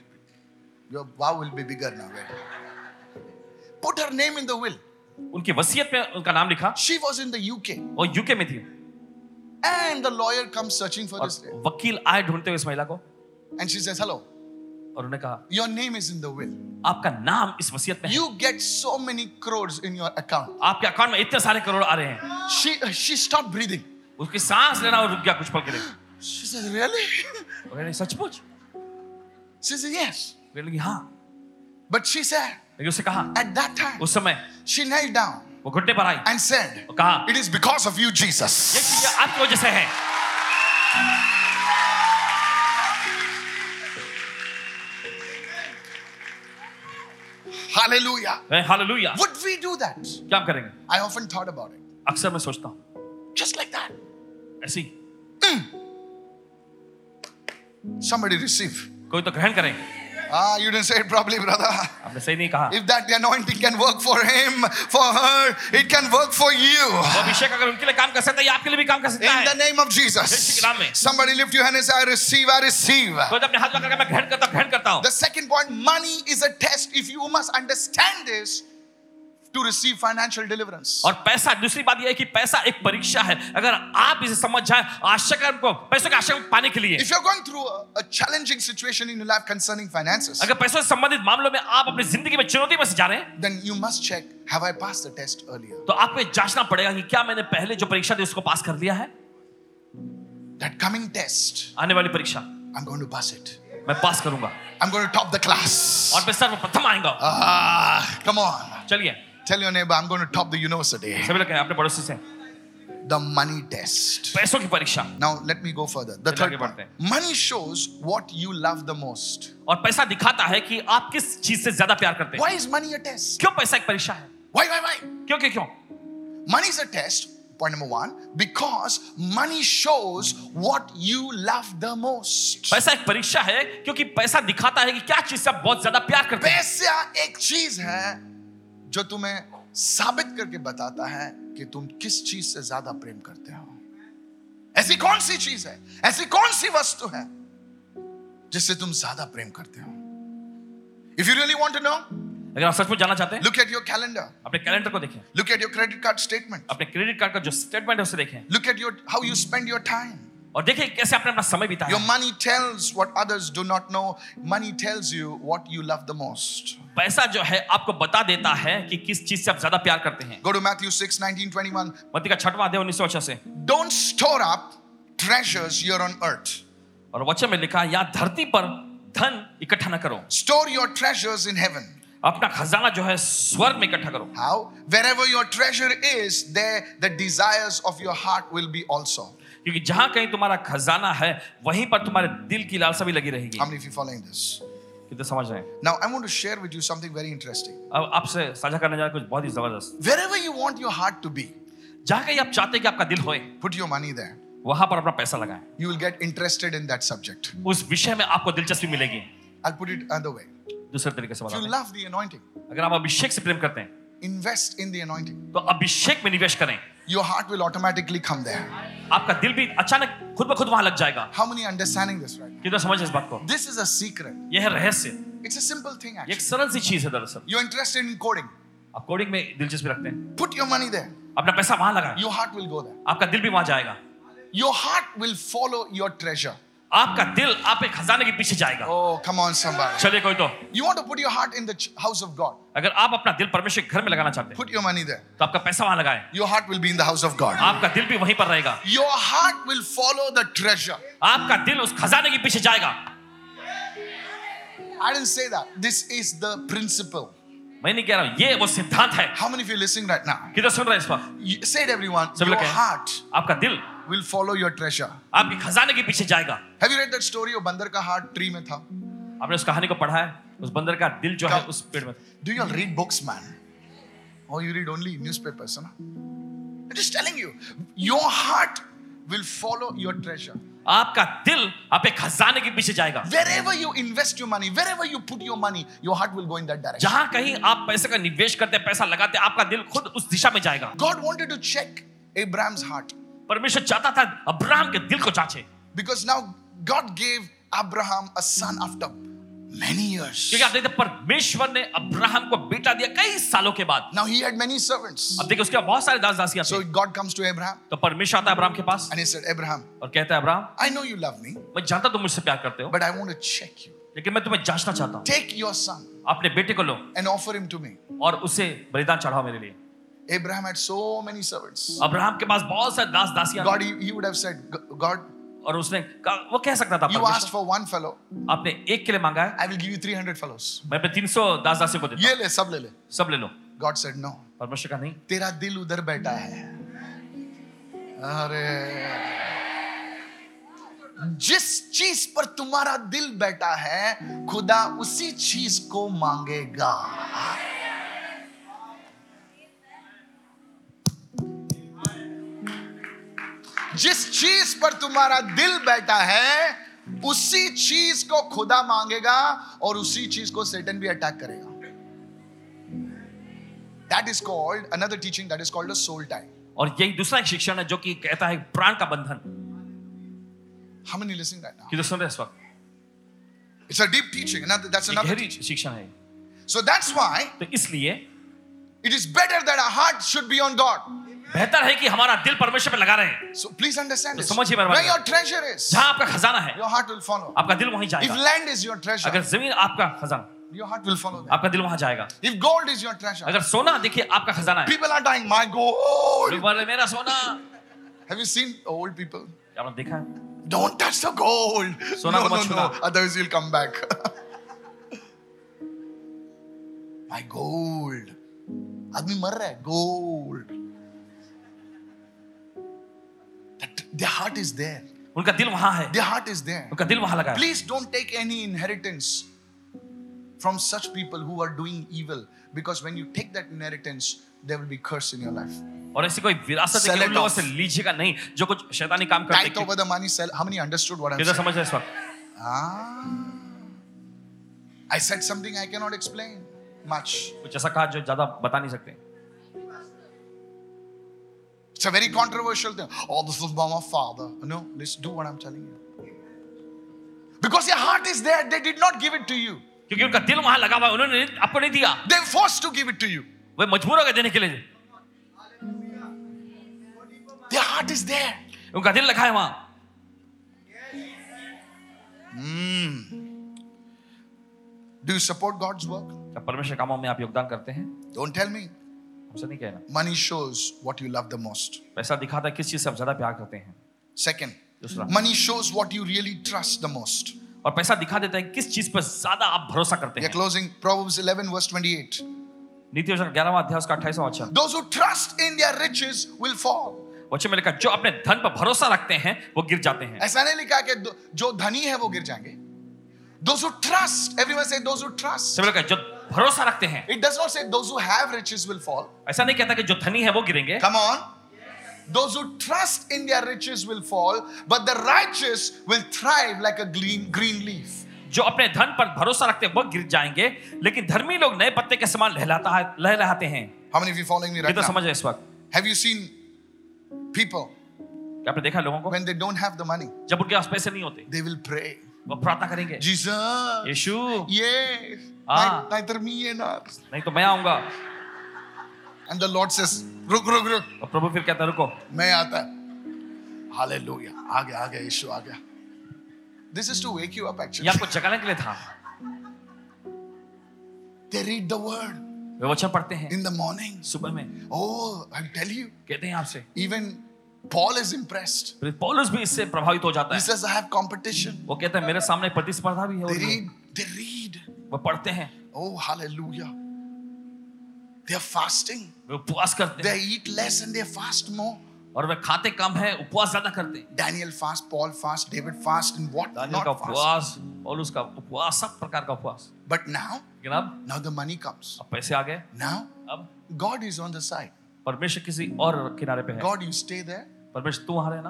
Speaker 1: Your vow will be bigger now. Wait. Put her name in the will.
Speaker 2: उनकी वसीयत में उनका नाम लिखा
Speaker 1: She was in the UK,
Speaker 2: और यूके में थी
Speaker 1: and the lawyer comes searching for
Speaker 2: और
Speaker 1: this, lady.
Speaker 2: वकील आए ढूंढते हुए इस महिला को और
Speaker 1: and she says, "Hello,
Speaker 2: उन्होंने कहा
Speaker 1: your name is in the will.
Speaker 2: आपका नाम इस वसीयत में है
Speaker 1: You get so many crores in your account."
Speaker 2: आपके अकाउंट में इतने सारे करोड़ आ रहे हैं
Speaker 1: She uh, she stopped breathing.
Speaker 2: उसकी सांस लेना और रुक गया कुछ पल के लिए
Speaker 1: She says, "Really?"
Speaker 2: उन्होंने सचमुच
Speaker 1: She says, "Yes."
Speaker 2: मैंने लगी हाँ
Speaker 1: But she said,
Speaker 2: लेकिन उससे कहा
Speaker 1: at that time,
Speaker 2: उस समय
Speaker 1: she knelt down
Speaker 2: वो घुटने पर आई
Speaker 1: and said,
Speaker 2: और कहा
Speaker 1: It is because of you,
Speaker 2: ये
Speaker 1: Jesus.
Speaker 2: चीजें आपकी वजह से है
Speaker 1: Hallelujah.
Speaker 2: Hallelujah
Speaker 1: Would we do that?
Speaker 2: क्या आप करेंगे
Speaker 1: I often thought about it.
Speaker 2: अक्सर मैं सोचता हूँ
Speaker 1: Just like that.
Speaker 2: ऐसे ही
Speaker 1: Somebody receive.
Speaker 2: कोई तो ग्रहण करें
Speaker 1: Ah, you didn't say it properly, brother.
Speaker 2: आपने सही नहीं कहा
Speaker 1: If that anointing can work for him, for her, it can work for you.
Speaker 2: वो अभिषेक अगर उनके लिए काम कर सकता है ये आपके लिए भी काम कर सकता
Speaker 1: In the
Speaker 2: है
Speaker 1: name of
Speaker 2: यीशु
Speaker 1: Jesus.
Speaker 2: के नाम में।
Speaker 1: Somebody lift your hand and say, I receive, I receive.
Speaker 2: तो अपने हाथ लगाकर मैं ग्रहण करता हूं, ग्रहण करता हूँ
Speaker 1: The second point money is a test. If you must understand this to receive financial deliverance.
Speaker 2: और पैसा दूसरी बात यह है कि पैसा एक परीक्षा है अगर आप इसे समझ जाए आशक को पैसों के आशक पाने के लिए
Speaker 1: If you're going through a, a challenging situation in your life concerning finances,
Speaker 2: अगर पैसों से संबंधित मामलों में आप अपनी जिंदगी में चुनौती में से जा रहे हैं
Speaker 1: then you must check have i passed the test earlier
Speaker 2: तो आपको ये जांचना पड़ेगा कि क्या मैंने पहले जो परीक्षा थी उसको पास कर लिया है
Speaker 1: that coming test
Speaker 2: आने वाली परीक्षा
Speaker 1: i'm going to pass it
Speaker 2: मैं पास करूंगा
Speaker 1: i'm going to top the class
Speaker 2: और मैं सर्वप्रथम आएगा
Speaker 1: ah come on
Speaker 2: चलिए
Speaker 1: tell your neighbor i'm going to top the university
Speaker 2: सभी लोग कहें अपने पड़ोसी से
Speaker 1: the money test
Speaker 2: पैसों की परीक्षा
Speaker 1: now let me go further the
Speaker 2: चलिए
Speaker 1: third
Speaker 2: आगे
Speaker 1: point
Speaker 2: बढ़ते
Speaker 1: money shows what you love the most
Speaker 2: और पैसा दिखाता है कि आप किस चीज से ज्यादा प्यार करते हैं
Speaker 1: why is money a test
Speaker 2: क्यों पैसा एक परीक्षा है
Speaker 1: why why why
Speaker 2: क्यों क्यों क्यों
Speaker 1: money is a test point number one because money shows what you love the most
Speaker 2: पैसा एक परीक्षा है क्योंकि पैसा दिखाता है कि क्या चीज से आप बहुत ज्यादा प्यार करते हैं
Speaker 1: पैसा एक चीज है जो तुम्हें साबित करके बताता है कि तुम किस चीज से ज्यादा प्रेम करते हो ऐसी कौन सी चीज है ऐसी कौन सी वस्तु है जिससे तुम ज्यादा प्रेम करते हो if you really want to know
Speaker 2: अगर आप सचमुच जानना चाहते हैं
Speaker 1: लुक एट योर कैलेंडर
Speaker 2: अपने कैलेंडर को देखें
Speaker 1: look at your credit card statement
Speaker 2: अपने क्रेडिट कार्ड का जो स्टेटमेंट है उसे देखें
Speaker 1: look at your how you spend your time
Speaker 2: और देखिए कैसे आपने अपना समय बिताया
Speaker 1: Your money tells what others do not know. Money tells you what you love the most.
Speaker 2: पैसा जो है आपको बता देता है कि किस चीज से आप ज्यादा प्यार करते हैं
Speaker 1: Go to Matthew 6 19 21.
Speaker 2: मत्ती का छठवा अध्याय उन्नीस से
Speaker 1: Don't store up treasures here on earth.
Speaker 2: और वचन में लिखा है, यहाँ धरती पर धन इकट्ठा न करो
Speaker 1: Store your treasures in heaven.
Speaker 2: अपना खजाना जो है स्वर्ग में इकट्ठा करो
Speaker 1: How? Wherever your treasure is, there the desires of your heart will be also.
Speaker 2: क्योंकि जहां कहीं तुम्हारा खजाना है वहीं पर तुम्हारे दिल की लालसा भी लगी रहेगी
Speaker 1: How many of you following this?
Speaker 2: कितने समझ रहे हैं
Speaker 1: Now I want to share with you something very interesting.
Speaker 2: अब आपसे साझा करने जा रहा कुछ बहुत ही जबरदस्त
Speaker 1: Wherever you want your heart to be,
Speaker 2: जहां कहीं आप चाहते हैं कि आपका दिल होए
Speaker 1: put your money there.
Speaker 2: वहां पर अपना पैसा लगाएं
Speaker 1: You will get interested in that subject.
Speaker 2: उस विषय में आपको दिलचस्पी मिलेगी
Speaker 1: I'll put it another way.
Speaker 2: दूसरे तरीके से
Speaker 1: If you
Speaker 2: बताते
Speaker 1: love the anointing,
Speaker 2: हैं अगर आप अभिषेक से प्रेम करते हैं
Speaker 1: invest in the anointing.
Speaker 2: तो अभिषेक में निवेश करें
Speaker 1: Your heart will automatically come there.
Speaker 2: आपका दिल भी अचानक खुद ब खुद वहां लग जाएगा
Speaker 1: How many understanding this right? now?
Speaker 2: कितना समझ इस बात को
Speaker 1: This is a secret.
Speaker 2: यह है रहस्य
Speaker 1: It's a simple thing
Speaker 2: ये एक
Speaker 1: actually.
Speaker 2: सरल सी चीज है दरअसल
Speaker 1: You're interested in coding.
Speaker 2: आप कोडिंग में दिलचस्पी रखते हैं
Speaker 1: Put your money there.
Speaker 2: अपना पैसा वहां लगाएं
Speaker 1: Your heart will go there.
Speaker 2: आपका दिल भी वहां जाएगा
Speaker 1: Your heart will follow your treasure.
Speaker 2: आपका दिल आपके खजाने के पीछे जाएगा
Speaker 1: Oh, come on, somebody.
Speaker 2: चलिए कोई तो
Speaker 1: You want to put your heart in the ch- house of God.
Speaker 2: अगर आप अपना दिल परमेश्वर के घर में लगाना चाहते हैं
Speaker 1: Put your money there.
Speaker 2: तो आपका पैसा वहां लगाएं
Speaker 1: Your heart will be in the house of God.
Speaker 2: आपका दिल भी वहीं पर रहेगा
Speaker 1: Your heart will follow the treasure.
Speaker 2: आपका दिल उस खजाने के पीछे जाएगा
Speaker 1: I didn't say that. This is the principle.
Speaker 2: मैं नहीं कह रहा हूं ये वो सिद्धांत है
Speaker 1: How many of you are listening right now?
Speaker 2: किधर सुन रहे हैं इस वक्त
Speaker 1: You, say it, everyone.
Speaker 2: सब
Speaker 1: Your
Speaker 2: लोग कहें।
Speaker 1: heart
Speaker 2: आपका दिल
Speaker 1: will follow your treasure.
Speaker 2: आपके खजाने के पीछे जाएगा
Speaker 1: Have you read that story of Bandar ka heart tree mein tha?
Speaker 2: आपने उस कहानी को पढ़ा है उस बंदर का दिल जो है
Speaker 1: कब?
Speaker 2: उस पेड़ में
Speaker 1: Do you all read books, man? Or you read only newspapers, huh? I'm just telling you, your heart will follow your treasure.
Speaker 2: आपका दिल आपके खजाने के पीछे जाएगा
Speaker 1: Wherever you invest your money, wherever you put your money, your heart will go in that direction.
Speaker 2: जहां कहीं आप पैसे का निवेश करते हैं पैसा लगाते हैं आपका दिल खुद उस दिशा में जाएगा
Speaker 1: God wanted to check Abraham's heart
Speaker 2: परमेश्वर चाहता था अब्राहम के दिल को जांचे
Speaker 1: because now God gave Abraham a son after many years.
Speaker 2: क्योंकि आप देखते हैं, परमेश्वर ने अब्राहम को बेटा दिया कई सालों के बाद
Speaker 1: Now he had many servants.
Speaker 2: अब देखिए उसके बाद बहुत सारे दास दासियां
Speaker 1: So
Speaker 2: थे
Speaker 1: God comes to Abraham
Speaker 2: तो परमेश्वर आता है अब्राहम के पास
Speaker 1: and he said, Abraham,
Speaker 2: और कहता है अब्राहम
Speaker 1: I know you love me,
Speaker 2: मैं जानता तुम मुझसे प्यार करते हो
Speaker 1: but I want to check you.
Speaker 2: लेकिन मैं तुम्हें जांचना चाहता हूँ
Speaker 1: Take your son
Speaker 2: अपने बेटे को लो
Speaker 1: and offer him to me.
Speaker 2: और उसे बलिदान चढ़ाओ मेरे लिए
Speaker 1: Abraham had so many servants.
Speaker 2: Abraham के पास बहुत सारे दास दासियां
Speaker 1: God, he, he would have said, "G- God,
Speaker 2: थीं। और उसने कहा- वो कह सकता था
Speaker 1: you asked
Speaker 2: परमेश्वर,
Speaker 1: for one fellow,
Speaker 2: आपने एक के लिए मांगा है
Speaker 1: I will give you 300 fellows.
Speaker 2: मैं अपने 300 दास दासियों को देता
Speaker 1: ये ले सब ले ले.
Speaker 2: हूं। सब ले लो
Speaker 1: God said, no.
Speaker 2: परमेश्वर का नहीं
Speaker 1: तेरा दिल उधर बैठा है. अरे जिस चीज पर तुम्हारा दिल बैठा है खुदा उसी चीज को मांगेगा जिस चीज पर तुम्हारा दिल बैठा है उसी चीज को खुदा मांगेगा और उसी चीज को सेटन भी अटैक करेगा that is called another teaching that is called a soul tie
Speaker 2: और यही दूसरा एक शिक्षण है जो कि कहता है प्राण का बंधन
Speaker 1: हम नहीं लिसनिंग राइट नाउ
Speaker 2: कि तो सुन रहे हैं इस वक्त
Speaker 1: it's a deep teaching another that's
Speaker 2: ये
Speaker 1: another
Speaker 2: गहरी
Speaker 1: teaching
Speaker 2: शिक्षण है
Speaker 1: so that's why
Speaker 2: तो इसलिए
Speaker 1: it is better that our heart should be on god
Speaker 2: बेहतर है कि हमारा दिल परमेश्वर पे लगा रहे
Speaker 1: so please understand
Speaker 2: तो
Speaker 1: this
Speaker 2: समझिए मेरा
Speaker 1: where
Speaker 2: मतलब।
Speaker 1: your treasure is
Speaker 2: जहां आपका खजाना है
Speaker 1: your heart will follow
Speaker 2: आपका दिल वहीं
Speaker 1: if
Speaker 2: जाएगा
Speaker 1: land is your treasure
Speaker 2: अगर जमीन आपका खजाना
Speaker 1: your heart will follow that
Speaker 2: आपका दिल वहां जाएगा
Speaker 1: if gold is your treasure
Speaker 2: अगर सोना देखिए आपका खजाना है
Speaker 1: people are dying my gold
Speaker 2: लोग बोल रहे हैं, मेरा सोना
Speaker 1: Have you seen old people?
Speaker 2: क्या आपने देखा है
Speaker 1: Don't touch the gold.
Speaker 2: सोना
Speaker 1: no,
Speaker 2: को
Speaker 1: no,
Speaker 2: मत
Speaker 1: no.
Speaker 2: छूना।
Speaker 1: Otherwise you'll come back. My gold. आदमी मर रहा है gold The heart is there.
Speaker 2: उनका दिल वहां है
Speaker 1: The heart is there.
Speaker 2: उनका दिल वहां लगा है
Speaker 1: Please don't take any inheritance from such people who are doing evil because when you take that inheritance, there will be curse in your life.
Speaker 2: और ऐसी कोई विरासत है
Speaker 1: Sell
Speaker 2: कि उन
Speaker 1: it
Speaker 2: लोगों
Speaker 1: off.
Speaker 2: से लीजिएगा नहीं जो कुछ शैतानी काम
Speaker 1: Tithe
Speaker 2: करते हैं
Speaker 1: over the money, sell. How many understood what I'm saying?
Speaker 2: किधर समझ रहे हैं इस वक्त
Speaker 1: Ah. I said something I cannot explain much.
Speaker 2: कुछ ऐसा कहा जो ज्यादा बता नहीं सकते
Speaker 1: It's a very controversial thing. Oh, this was by my father. No, let's do what I'm telling you. Because your heart is there, they did not give it to you.
Speaker 2: क्योंकि उनका दिल वहां लगा हुआ है उन्होंने आपको नहीं दिया
Speaker 1: They forced to give it to you.
Speaker 2: वे मजबूर हो गए देने के लिए
Speaker 1: Their heart is there.
Speaker 2: उनका दिल लगा है वहां
Speaker 1: Do you support God's work?
Speaker 2: क्या परमेश्वर कामों में आप योगदान करते हैं
Speaker 1: Don't tell me.
Speaker 2: हमसे नहीं कहना
Speaker 1: Money shows what you love the most.
Speaker 2: पैसा दिखाता है किस चीज से आप ज्यादा प्यार करते हैं
Speaker 1: Second,
Speaker 2: दूसरा
Speaker 1: money shows what you really trust the most.
Speaker 2: और पैसा दिखा देता है किस चीज पर ज्यादा आप भरोसा करते
Speaker 1: We are
Speaker 2: हैं
Speaker 1: closing Proverbs 11, verse 28.
Speaker 2: नीति वचन ग्यारहवा अध्याय उसका 28वां वचन
Speaker 1: Those who trust in their riches will fall.
Speaker 2: वचन में लिखा जो अपने धन पर भरोसा रखते हैं वो गिर जाते हैं
Speaker 1: ऐसा नहीं लिखा कि दो- जो धनी है वो गिर जाएंगे those who trust everyone say those who trust
Speaker 2: सब लोग जो भरोसा रखते हैं
Speaker 1: it does not say those who have riches will fall
Speaker 2: ऐसा नहीं कहता कि जो धनी है वो गिरेंगे
Speaker 1: come on those who trust in their riches will fall but the righteous will thrive like a green green leaf
Speaker 2: जो अपने धन पर भरोसा रखते हैं वो गिर जाएंगे लेकिन धर्मी लोग नए पत्ते के समान लहलाता है लहलाते हैं
Speaker 1: how many of you following me
Speaker 2: ये
Speaker 1: right
Speaker 2: तो
Speaker 1: now
Speaker 2: समझ रहे हैं इस वक्त
Speaker 1: have you seen people
Speaker 2: क्या आपने देखा लोगों को
Speaker 1: when they don't have the money
Speaker 2: जब उनके पास पैसे नहीं होते
Speaker 1: they will pray
Speaker 2: वो प्रार्थना करेंगे
Speaker 1: jesus
Speaker 2: Yeshu
Speaker 1: yeah
Speaker 2: Ah.
Speaker 1: neither me and us
Speaker 2: नहीं तो मैं आऊंगा
Speaker 1: and the lord says ruk ruk ruk
Speaker 2: और प्रभु फिर कहता है, रुको
Speaker 1: मैं आता हालेलुया आ गया आ गया यीशु आ गया this is to wake you up
Speaker 2: ये
Speaker 1: एक्चुअली
Speaker 2: आपको जगाने के लिए था
Speaker 1: दे रीड द वर्ड
Speaker 2: वे वचन पढ़ते हैं
Speaker 1: इन द मॉर्निंग
Speaker 2: सुबह में
Speaker 1: ओह आई टेल यू
Speaker 2: कहते हैं आपसे
Speaker 1: इवन पॉल इज इम्प्रेस्ड
Speaker 2: फिर पौलुस भी इससे प्रभावित हो जाता
Speaker 1: ही
Speaker 2: है
Speaker 1: सेज आई हैव कंपटीशन
Speaker 2: वो कहता है मेरे सामने प्रतिस्पर्धा भी है
Speaker 1: दे
Speaker 2: उनमें।
Speaker 1: रीड दे रीड
Speaker 2: वो पढ़ते हैं
Speaker 1: oh hallelujah they are fasting
Speaker 2: वे उपवास करते
Speaker 1: दे
Speaker 2: हैं
Speaker 1: eat less and they fast more
Speaker 2: और वे खाते कम है उपवास ज्यादा करते हैं
Speaker 1: Daniel fast Paul fast David fast and what
Speaker 2: दानियल
Speaker 1: नॉट
Speaker 2: का
Speaker 1: फास्ट
Speaker 2: उपवास पौलुस का उपवास सब प्रकार का उपवास
Speaker 1: बट नाउ
Speaker 2: लेकिन अब
Speaker 1: नाउ द मनी कम्स
Speaker 2: अब पैसे आ गए
Speaker 1: नाउ
Speaker 2: अब
Speaker 1: God is on the side
Speaker 2: परमेश्वर किसी और किनारे पे है
Speaker 1: God, you stay there.
Speaker 2: परमेश्वर तू वहां रहना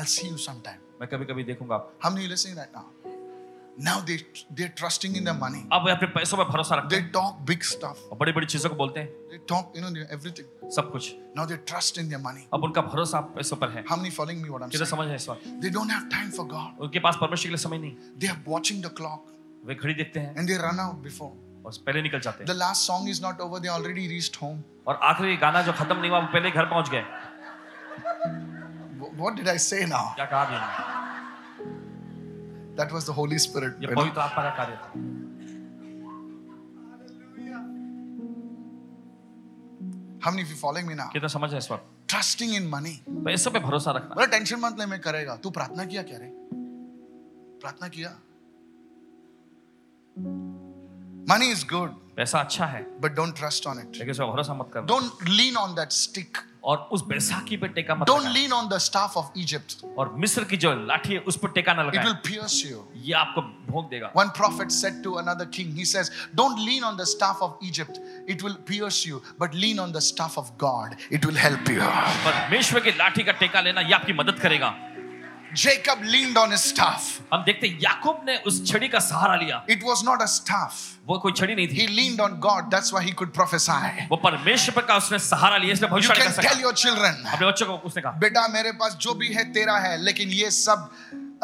Speaker 1: I'll see you sometime.
Speaker 2: मैं कभी कभी देखूंगा आपको।
Speaker 1: How many are listening right now? Now they they're trusting in their money.
Speaker 2: अब वे अपने पैसों पर भरोसा रखते
Speaker 1: They
Speaker 2: हैं
Speaker 1: talk big stuff.
Speaker 2: और बड़ी बड़ी चीजों को बोलते हैं
Speaker 1: They talk, you know, they- everything.
Speaker 2: सब कुछ
Speaker 1: Now they trust in their money.
Speaker 2: अब उनका भरोसा पैसों पर है
Speaker 1: How many following me? What I'm
Speaker 2: कितना
Speaker 1: saying?
Speaker 2: समझ है इस वक्त
Speaker 1: They don't have time for God.
Speaker 2: उनके पास परमेश्वर के लिए समय नहीं
Speaker 1: They are watching the clock
Speaker 2: वे घड़ी देखते हैं
Speaker 1: and they run out before.
Speaker 2: और पहले निकल जाते हैं
Speaker 1: The last song is not over. They already reached home.
Speaker 2: और आखिरी गाना जो खत्म नहीं हुआ वो पहले ही घर पहुंच गए
Speaker 1: Wh- What did I say now?
Speaker 2: क्या कहा भी हमने?
Speaker 1: That was the Holy Spirit.
Speaker 2: ये
Speaker 1: you know.
Speaker 2: पवित्र आत्मा का कार्य था
Speaker 1: How many of you following me now?
Speaker 2: कितना समझ है इस वक्त
Speaker 1: Trusting in money.
Speaker 2: पैसों पे भरोसा रखना
Speaker 1: बोला टेंशन मत ले मैं करेगा तू प्रार्थना किया क्या रे प्रार्थना किया मनी इज गुड
Speaker 2: पैसा अच्छा है
Speaker 1: but don't trust on it
Speaker 2: लेकिन उस पर भरोसा मत करना
Speaker 1: don't lean on that stick
Speaker 2: और उस बैसाखी पे टेका मत
Speaker 1: डोंट
Speaker 2: लगाना।
Speaker 1: Lean on the staff of Egypt
Speaker 2: और मिस्र की जो लाठी है उस पर टेका ना
Speaker 1: इट
Speaker 2: लगाए
Speaker 1: विल पियर्स यू
Speaker 2: ये आपको भोग देगा
Speaker 1: One prophet said to another king, he says, Don't lean on the staff of Egypt, it will pierce you, but lean on the staff of God, it will help you.
Speaker 2: परमेश्वर की लाठी का टेका लेना ये आपकी मदद करेगा
Speaker 1: Jacob leaned on his staff.
Speaker 2: हम देखते हैं, याकूब ने उस छड़ी का सहारा लिया
Speaker 1: It was not a staff.
Speaker 2: वो कोई छड़ी नहीं थी
Speaker 1: He leaned on God. That's why he could prophesy.
Speaker 2: वो परमेश्वर का उसने सहारा लिया इसलिए
Speaker 1: You
Speaker 2: भविष्यवाणी
Speaker 1: can
Speaker 2: कर
Speaker 1: tell
Speaker 2: सका
Speaker 1: your children,
Speaker 2: अपने बच्चों को उसने कहा
Speaker 1: बेटा मेरे पास जो भी है तेरा है, लेकिन ये सब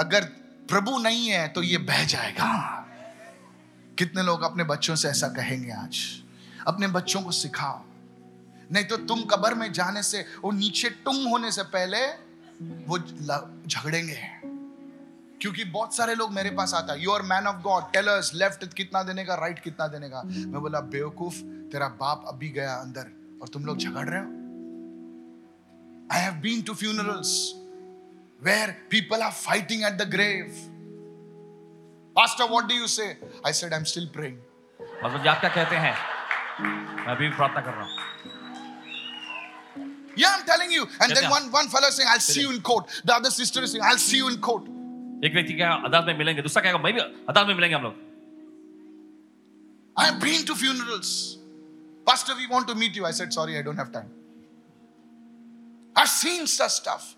Speaker 1: अगर प्रभु नहीं है तो ये बह जाएगा। कितने लोग अपने बच्चों से ऐसा कहेंगे आज? अपने बच्चों को सिखाओ। नहीं तो तुम कब्र में जाने से वो नीचे टुंग होने से पहले वो ल- झगड़ेंगे। क्योंकि बहुत सारे लोग मेरे पास आता you are man of God tellers left कितना देने का राइट कितना देने का मैं बोला बेवकूफ तेरा बाप अभी गया अंदर और तुम लोग झगड़ रहे हो I have been to funerals where people are fighting at the grave pastor what do you say i said i'm still praying
Speaker 2: मतलब आप क्या कहते हैं मैं अभी भी प्रार्थना कर रहा हूँ
Speaker 1: yeah i'm telling you and then
Speaker 2: Yeah, yeah.
Speaker 1: one one fellow saying i'll see you in court the other sister is saying i'll see you in court
Speaker 2: एक व्यक्ति क्या अदालत में मिलेंगे दूसरा कहेगा मैं भी अदालत में मिलेंगे हम लोग
Speaker 1: I've been to funerals. Pastor, we want to meet you. I said, sorry, I don't have time. I've seen such stuff.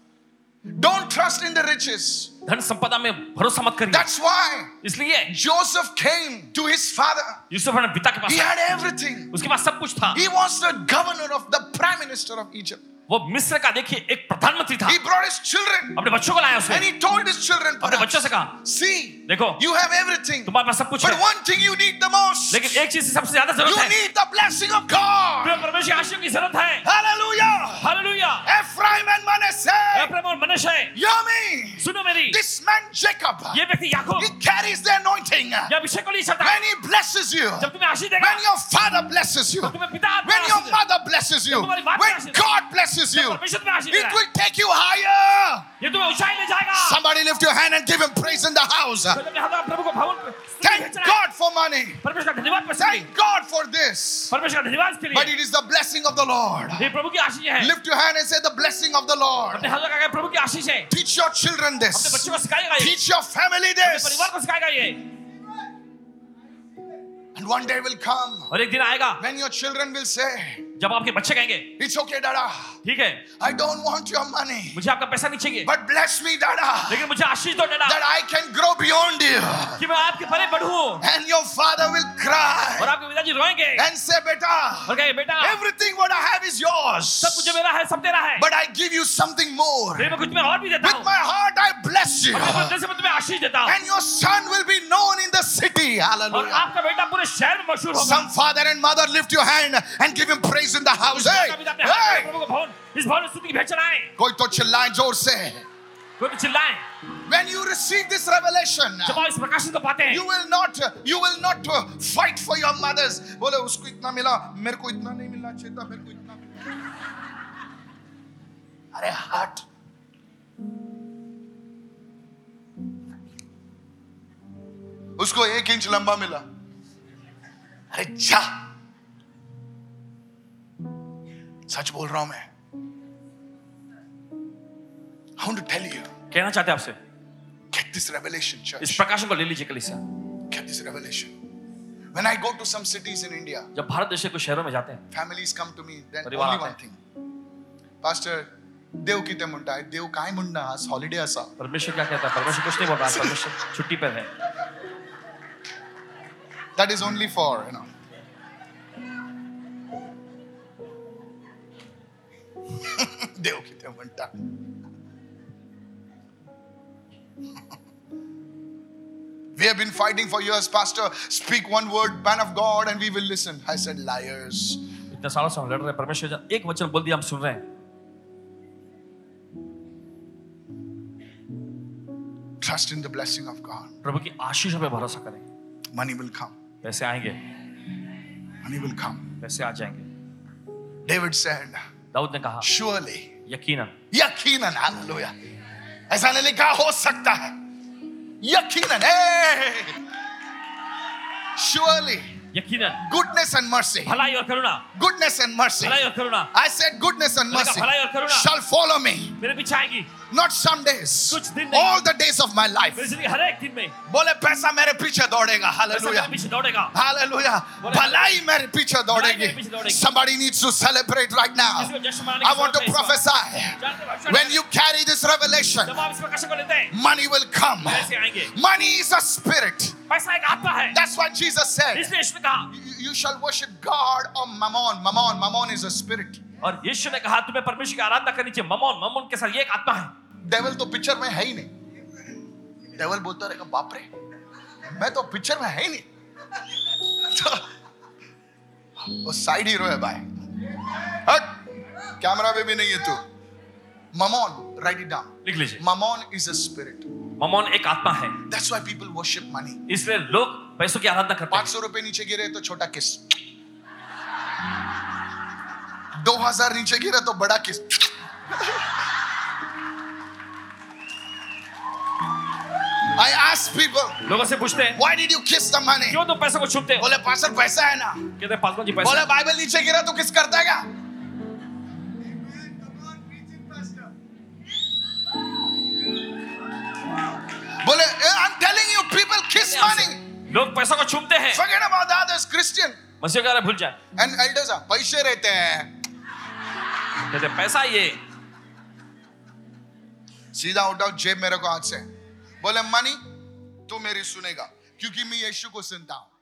Speaker 1: Don't trust in the riches.
Speaker 2: धन संपदा में भरोसा मत करिए
Speaker 1: That's why
Speaker 2: इसलिए
Speaker 1: Joseph came to his father.
Speaker 2: Yusuf ने पिता के पास
Speaker 1: He
Speaker 2: आया।
Speaker 1: had everything.
Speaker 2: उसके पास सब कुछ था
Speaker 1: He was the governor of the prime minister of Egypt.
Speaker 2: वो मिस्र का देखिए एक प्रधानमंत्री था
Speaker 1: He brought his children
Speaker 2: अपने बच्चों को लाया उसने
Speaker 1: and he told his children,
Speaker 2: अपने
Speaker 1: perhaps,
Speaker 2: बच्चों से कहा
Speaker 1: see,
Speaker 2: देखो
Speaker 1: you have everything.
Speaker 2: तुम्हारे पास सब कुछ
Speaker 1: But
Speaker 2: है
Speaker 1: one thing you need the most you
Speaker 2: लेकिन एक चीज की सबसे ज्यादा जरूरत है
Speaker 1: need the blessing of God.
Speaker 2: तुम्हें परमेश्वर की आशीष की जरूरत है
Speaker 1: Hallelujah.
Speaker 2: Hallelujah
Speaker 1: Ephraim and
Speaker 2: hey
Speaker 1: Manasseh.
Speaker 2: प्रभु और मनुष्य
Speaker 1: Yummy!
Speaker 2: सुनो मेरी
Speaker 1: This man Jacob,
Speaker 2: ये व्यक्ति याकूब
Speaker 1: he carries the anointing.
Speaker 2: ये अभिषेक को ले सकता है
Speaker 1: When he blesses you,
Speaker 2: जब तुम्हें आशीष देगा
Speaker 1: when your father blesses you, when
Speaker 2: तुम्हें पिता आपको आशीष
Speaker 1: your
Speaker 2: देगा।
Speaker 1: mother blesses you,
Speaker 2: तुम्हारी माता
Speaker 1: when
Speaker 2: Ashish-
Speaker 1: God blesses you,
Speaker 2: परमेश्वर तुम्हें आशीष
Speaker 1: it
Speaker 2: देगा
Speaker 1: will take you higher.
Speaker 2: ये तुम्हें ऊंचाई ले जाएगा
Speaker 1: Somebody lift your hand and give him praise in the house.
Speaker 2: तो जब यहाँ तो आप प्रभु को भवन
Speaker 1: Thank God for money.
Speaker 2: परमेश्वर का धन्यवाद प्रस्तुत करिए।
Speaker 1: Thank God for this.
Speaker 2: परमेश्वर का धन्यवाद इसके
Speaker 1: But
Speaker 2: लिए
Speaker 1: it is the blessing of the Lord.
Speaker 2: ये प्रभु की आशीष है
Speaker 1: Lift your hand and say, The blessing of the Lord.
Speaker 2: अपने हाथों का प्रभु की आशीष है अपने
Speaker 1: Teach your children this.
Speaker 2: बच्चों को सिखाएगा ये
Speaker 1: Teach your family
Speaker 2: अपने
Speaker 1: this.
Speaker 2: परिवार को सिखाएगा ये
Speaker 1: And one day will come
Speaker 2: और एक दिन आएगा
Speaker 1: when your children will say,
Speaker 2: जब आपके बच्चे कहेंगे
Speaker 1: It's okay, Dada.
Speaker 2: ठीक है
Speaker 1: I don't want your money.
Speaker 2: मुझे आपका पैसा नहीं चाहिए
Speaker 1: But bless me, Dada,
Speaker 2: लेकिन मुझे आशीष दो data
Speaker 1: that I can grow beyond you.
Speaker 2: कि मैं आपके परे बढ़ूं
Speaker 1: And your father will
Speaker 2: और
Speaker 1: cry
Speaker 2: आपके पिताजी रोएंगे
Speaker 1: and say, Beta,
Speaker 2: और कहेंगे बेटा
Speaker 1: everything what I have is
Speaker 2: सब कुछ
Speaker 1: yours.
Speaker 2: जो मेरा है सब तेरा है
Speaker 1: But I give you something more. With
Speaker 2: फिर मैं कुछ मैं और भी देता हूँ
Speaker 1: my heart, I bless you.
Speaker 2: अपने बदले से मैं तुम्हें आशीष देता हूँ
Speaker 1: And your son will be known in the city.
Speaker 2: और
Speaker 1: Hallelujah.
Speaker 2: आपका बेटा पूरे शहर में मशहूर होगा
Speaker 1: Some father and mother lift your hand and give him praise in the house.
Speaker 2: आपका
Speaker 1: Hey,
Speaker 2: पिता अपने तो हाथ में
Speaker 1: hey.
Speaker 2: प्रभु को भवन इस भवन में स्तुति की भेंट चढ़ाए
Speaker 1: कोई तो चिल्लाए जोर से.
Speaker 2: कोई भी चिल्लाए
Speaker 1: When you receive this revelation,
Speaker 2: जब आप इस प्रकाशन को पाते
Speaker 1: you
Speaker 2: हैं
Speaker 1: will not you will not fight for your mothers बोले उसको इतना मिला मेरे को इतना नहीं मिलना चाहिए था मेरे को इतना मिला." अरे हट उसको एक इंच लंबा मिला अरे जा सच बोल रहा हूं मैं I want to tell you
Speaker 2: कहना चाहते हैं आपसे
Speaker 1: गेट दिस रेवलेशन
Speaker 2: इस प्रकाशन को ले लीजिए कलिसिया
Speaker 1: get this revelation. When I go to some cities in India,
Speaker 2: जब भारत देश के कुछ शहरों में जाते हैं
Speaker 1: families come to me, then only
Speaker 2: परिवार आते
Speaker 1: one thing. Pastor, देव किते म्हणता आहे देव काय म्हणणं आज हॉलिडे असा
Speaker 2: परमेश्वर क्या कहता है परमेश्वर कुछ नहीं बोल रहा है परमेश्वर छुट्टी पर है
Speaker 1: that is only for you know देव किते म्हणता We have been fighting for years, Pastor. Speak one word, man of God, and we will listen. I said, liars.
Speaker 2: इतने सालों से हम लड़ रहे हैं परमेश्वर जब एक वचन बोल दिया हम सुन रहे हैं
Speaker 1: Trust in the blessing of God.
Speaker 2: प्रभु की आशीष पे भरोसा करें
Speaker 1: money will come.
Speaker 2: पैसे आएंगे
Speaker 1: Money will come.
Speaker 2: पैसे आ जाएंगे
Speaker 1: David said,
Speaker 2: दाऊद ने कहा
Speaker 1: Surely,
Speaker 2: यकीनन
Speaker 1: यकीनन, hallelujah. ऐसा नहीं लिखा हो सकता है यकीनन, hey! surely
Speaker 2: यकीनन
Speaker 1: Goodness and mercy.
Speaker 2: भलाई और करुणा
Speaker 1: Goodness and mercy.
Speaker 2: भलाई और करुणा
Speaker 1: I said, goodness and
Speaker 2: मैंने कहा,
Speaker 1: mercy
Speaker 2: भलाई और करुणा।
Speaker 1: shall follow me.
Speaker 2: मेरे पीछे आएगी
Speaker 1: Not some days,
Speaker 2: कुछ दिन नहीं।
Speaker 1: all the days of my life.
Speaker 2: मेरी जिंदगी हर एक दिन में
Speaker 1: बोले पैसा मेरे पीछे दौड़ेगा
Speaker 2: ऐसा
Speaker 1: हालेलुया
Speaker 2: मेरे पीछे दौड़ेगा
Speaker 1: Ah. हालेलुया
Speaker 2: बोले,
Speaker 1: भलाई मेरे पीछे दौड़ेगी
Speaker 2: मेरे पीछे दौड़ेगी।
Speaker 1: somebody needs to celebrate right now
Speaker 2: किसी को जश्न मनाने की
Speaker 1: i want to
Speaker 2: जरूरत है इस वक्त।
Speaker 1: prophesy
Speaker 2: जानते हो, अच्छा
Speaker 1: when
Speaker 2: है।
Speaker 1: you carry this revelation
Speaker 2: जब आप इसमें कसम को लेते हैं
Speaker 1: money will come
Speaker 2: पैसे आएंगे
Speaker 1: money is a spirit
Speaker 2: पैसा एक आत्मा है
Speaker 1: that's what jesus said
Speaker 2: इसलिए यीशु ने कहा
Speaker 1: You- you shall worship god or mammon mammon mammon is a spirit
Speaker 2: और यीशु ने कहा तुम्हें परमेश्वर की आराधना करनी चाहिए ममोन ममोन के साथ ये एक आत्मा है
Speaker 1: devil तो पिक्चर में है ही नहीं devil बोलता रहेगा बाप रे मैं तो पिक्चर में है ही नहीं तो- वो साइड हीरो है भाई हट कैमरा में भी नहीं है तू ममोन राइट इट डाउन
Speaker 2: लिख लीजिए
Speaker 1: mammon is a spirit
Speaker 2: mammon एक आत्मा है
Speaker 1: that's why people worship money
Speaker 2: इसलिए लोग पैसों की आराधना करते हैं
Speaker 1: पांच सौ रुपए नीचे गिरे तो छोटा किस दो हजार नीचे गिरे तो बड़ा किस आई ask people
Speaker 2: लोगों से पूछते हैं
Speaker 1: Why did you kiss the money?
Speaker 2: क्यों तुम पैसों को छुपते हो
Speaker 1: बोले पास्टर पैसा है ना
Speaker 2: कहते हैं पासवान जी पैसा
Speaker 1: बोले बाइबल नीचे गिरा तो किस करता है क्या? बोले "Eh, I'm telling you people kiss money.
Speaker 2: लोग पैसों को छुपते हैं
Speaker 1: Forget about the others Christian
Speaker 2: मसीह वगैरह भूल जाए
Speaker 1: and elders are पैसे रहते हैं
Speaker 2: कहते हैं, पैसा ये
Speaker 1: सीधा उठाओ जेब मेरे को हाथ से बोले मनी तू मेरी सुनेगा क्योंकि मैं यीशु को सुनता हूँ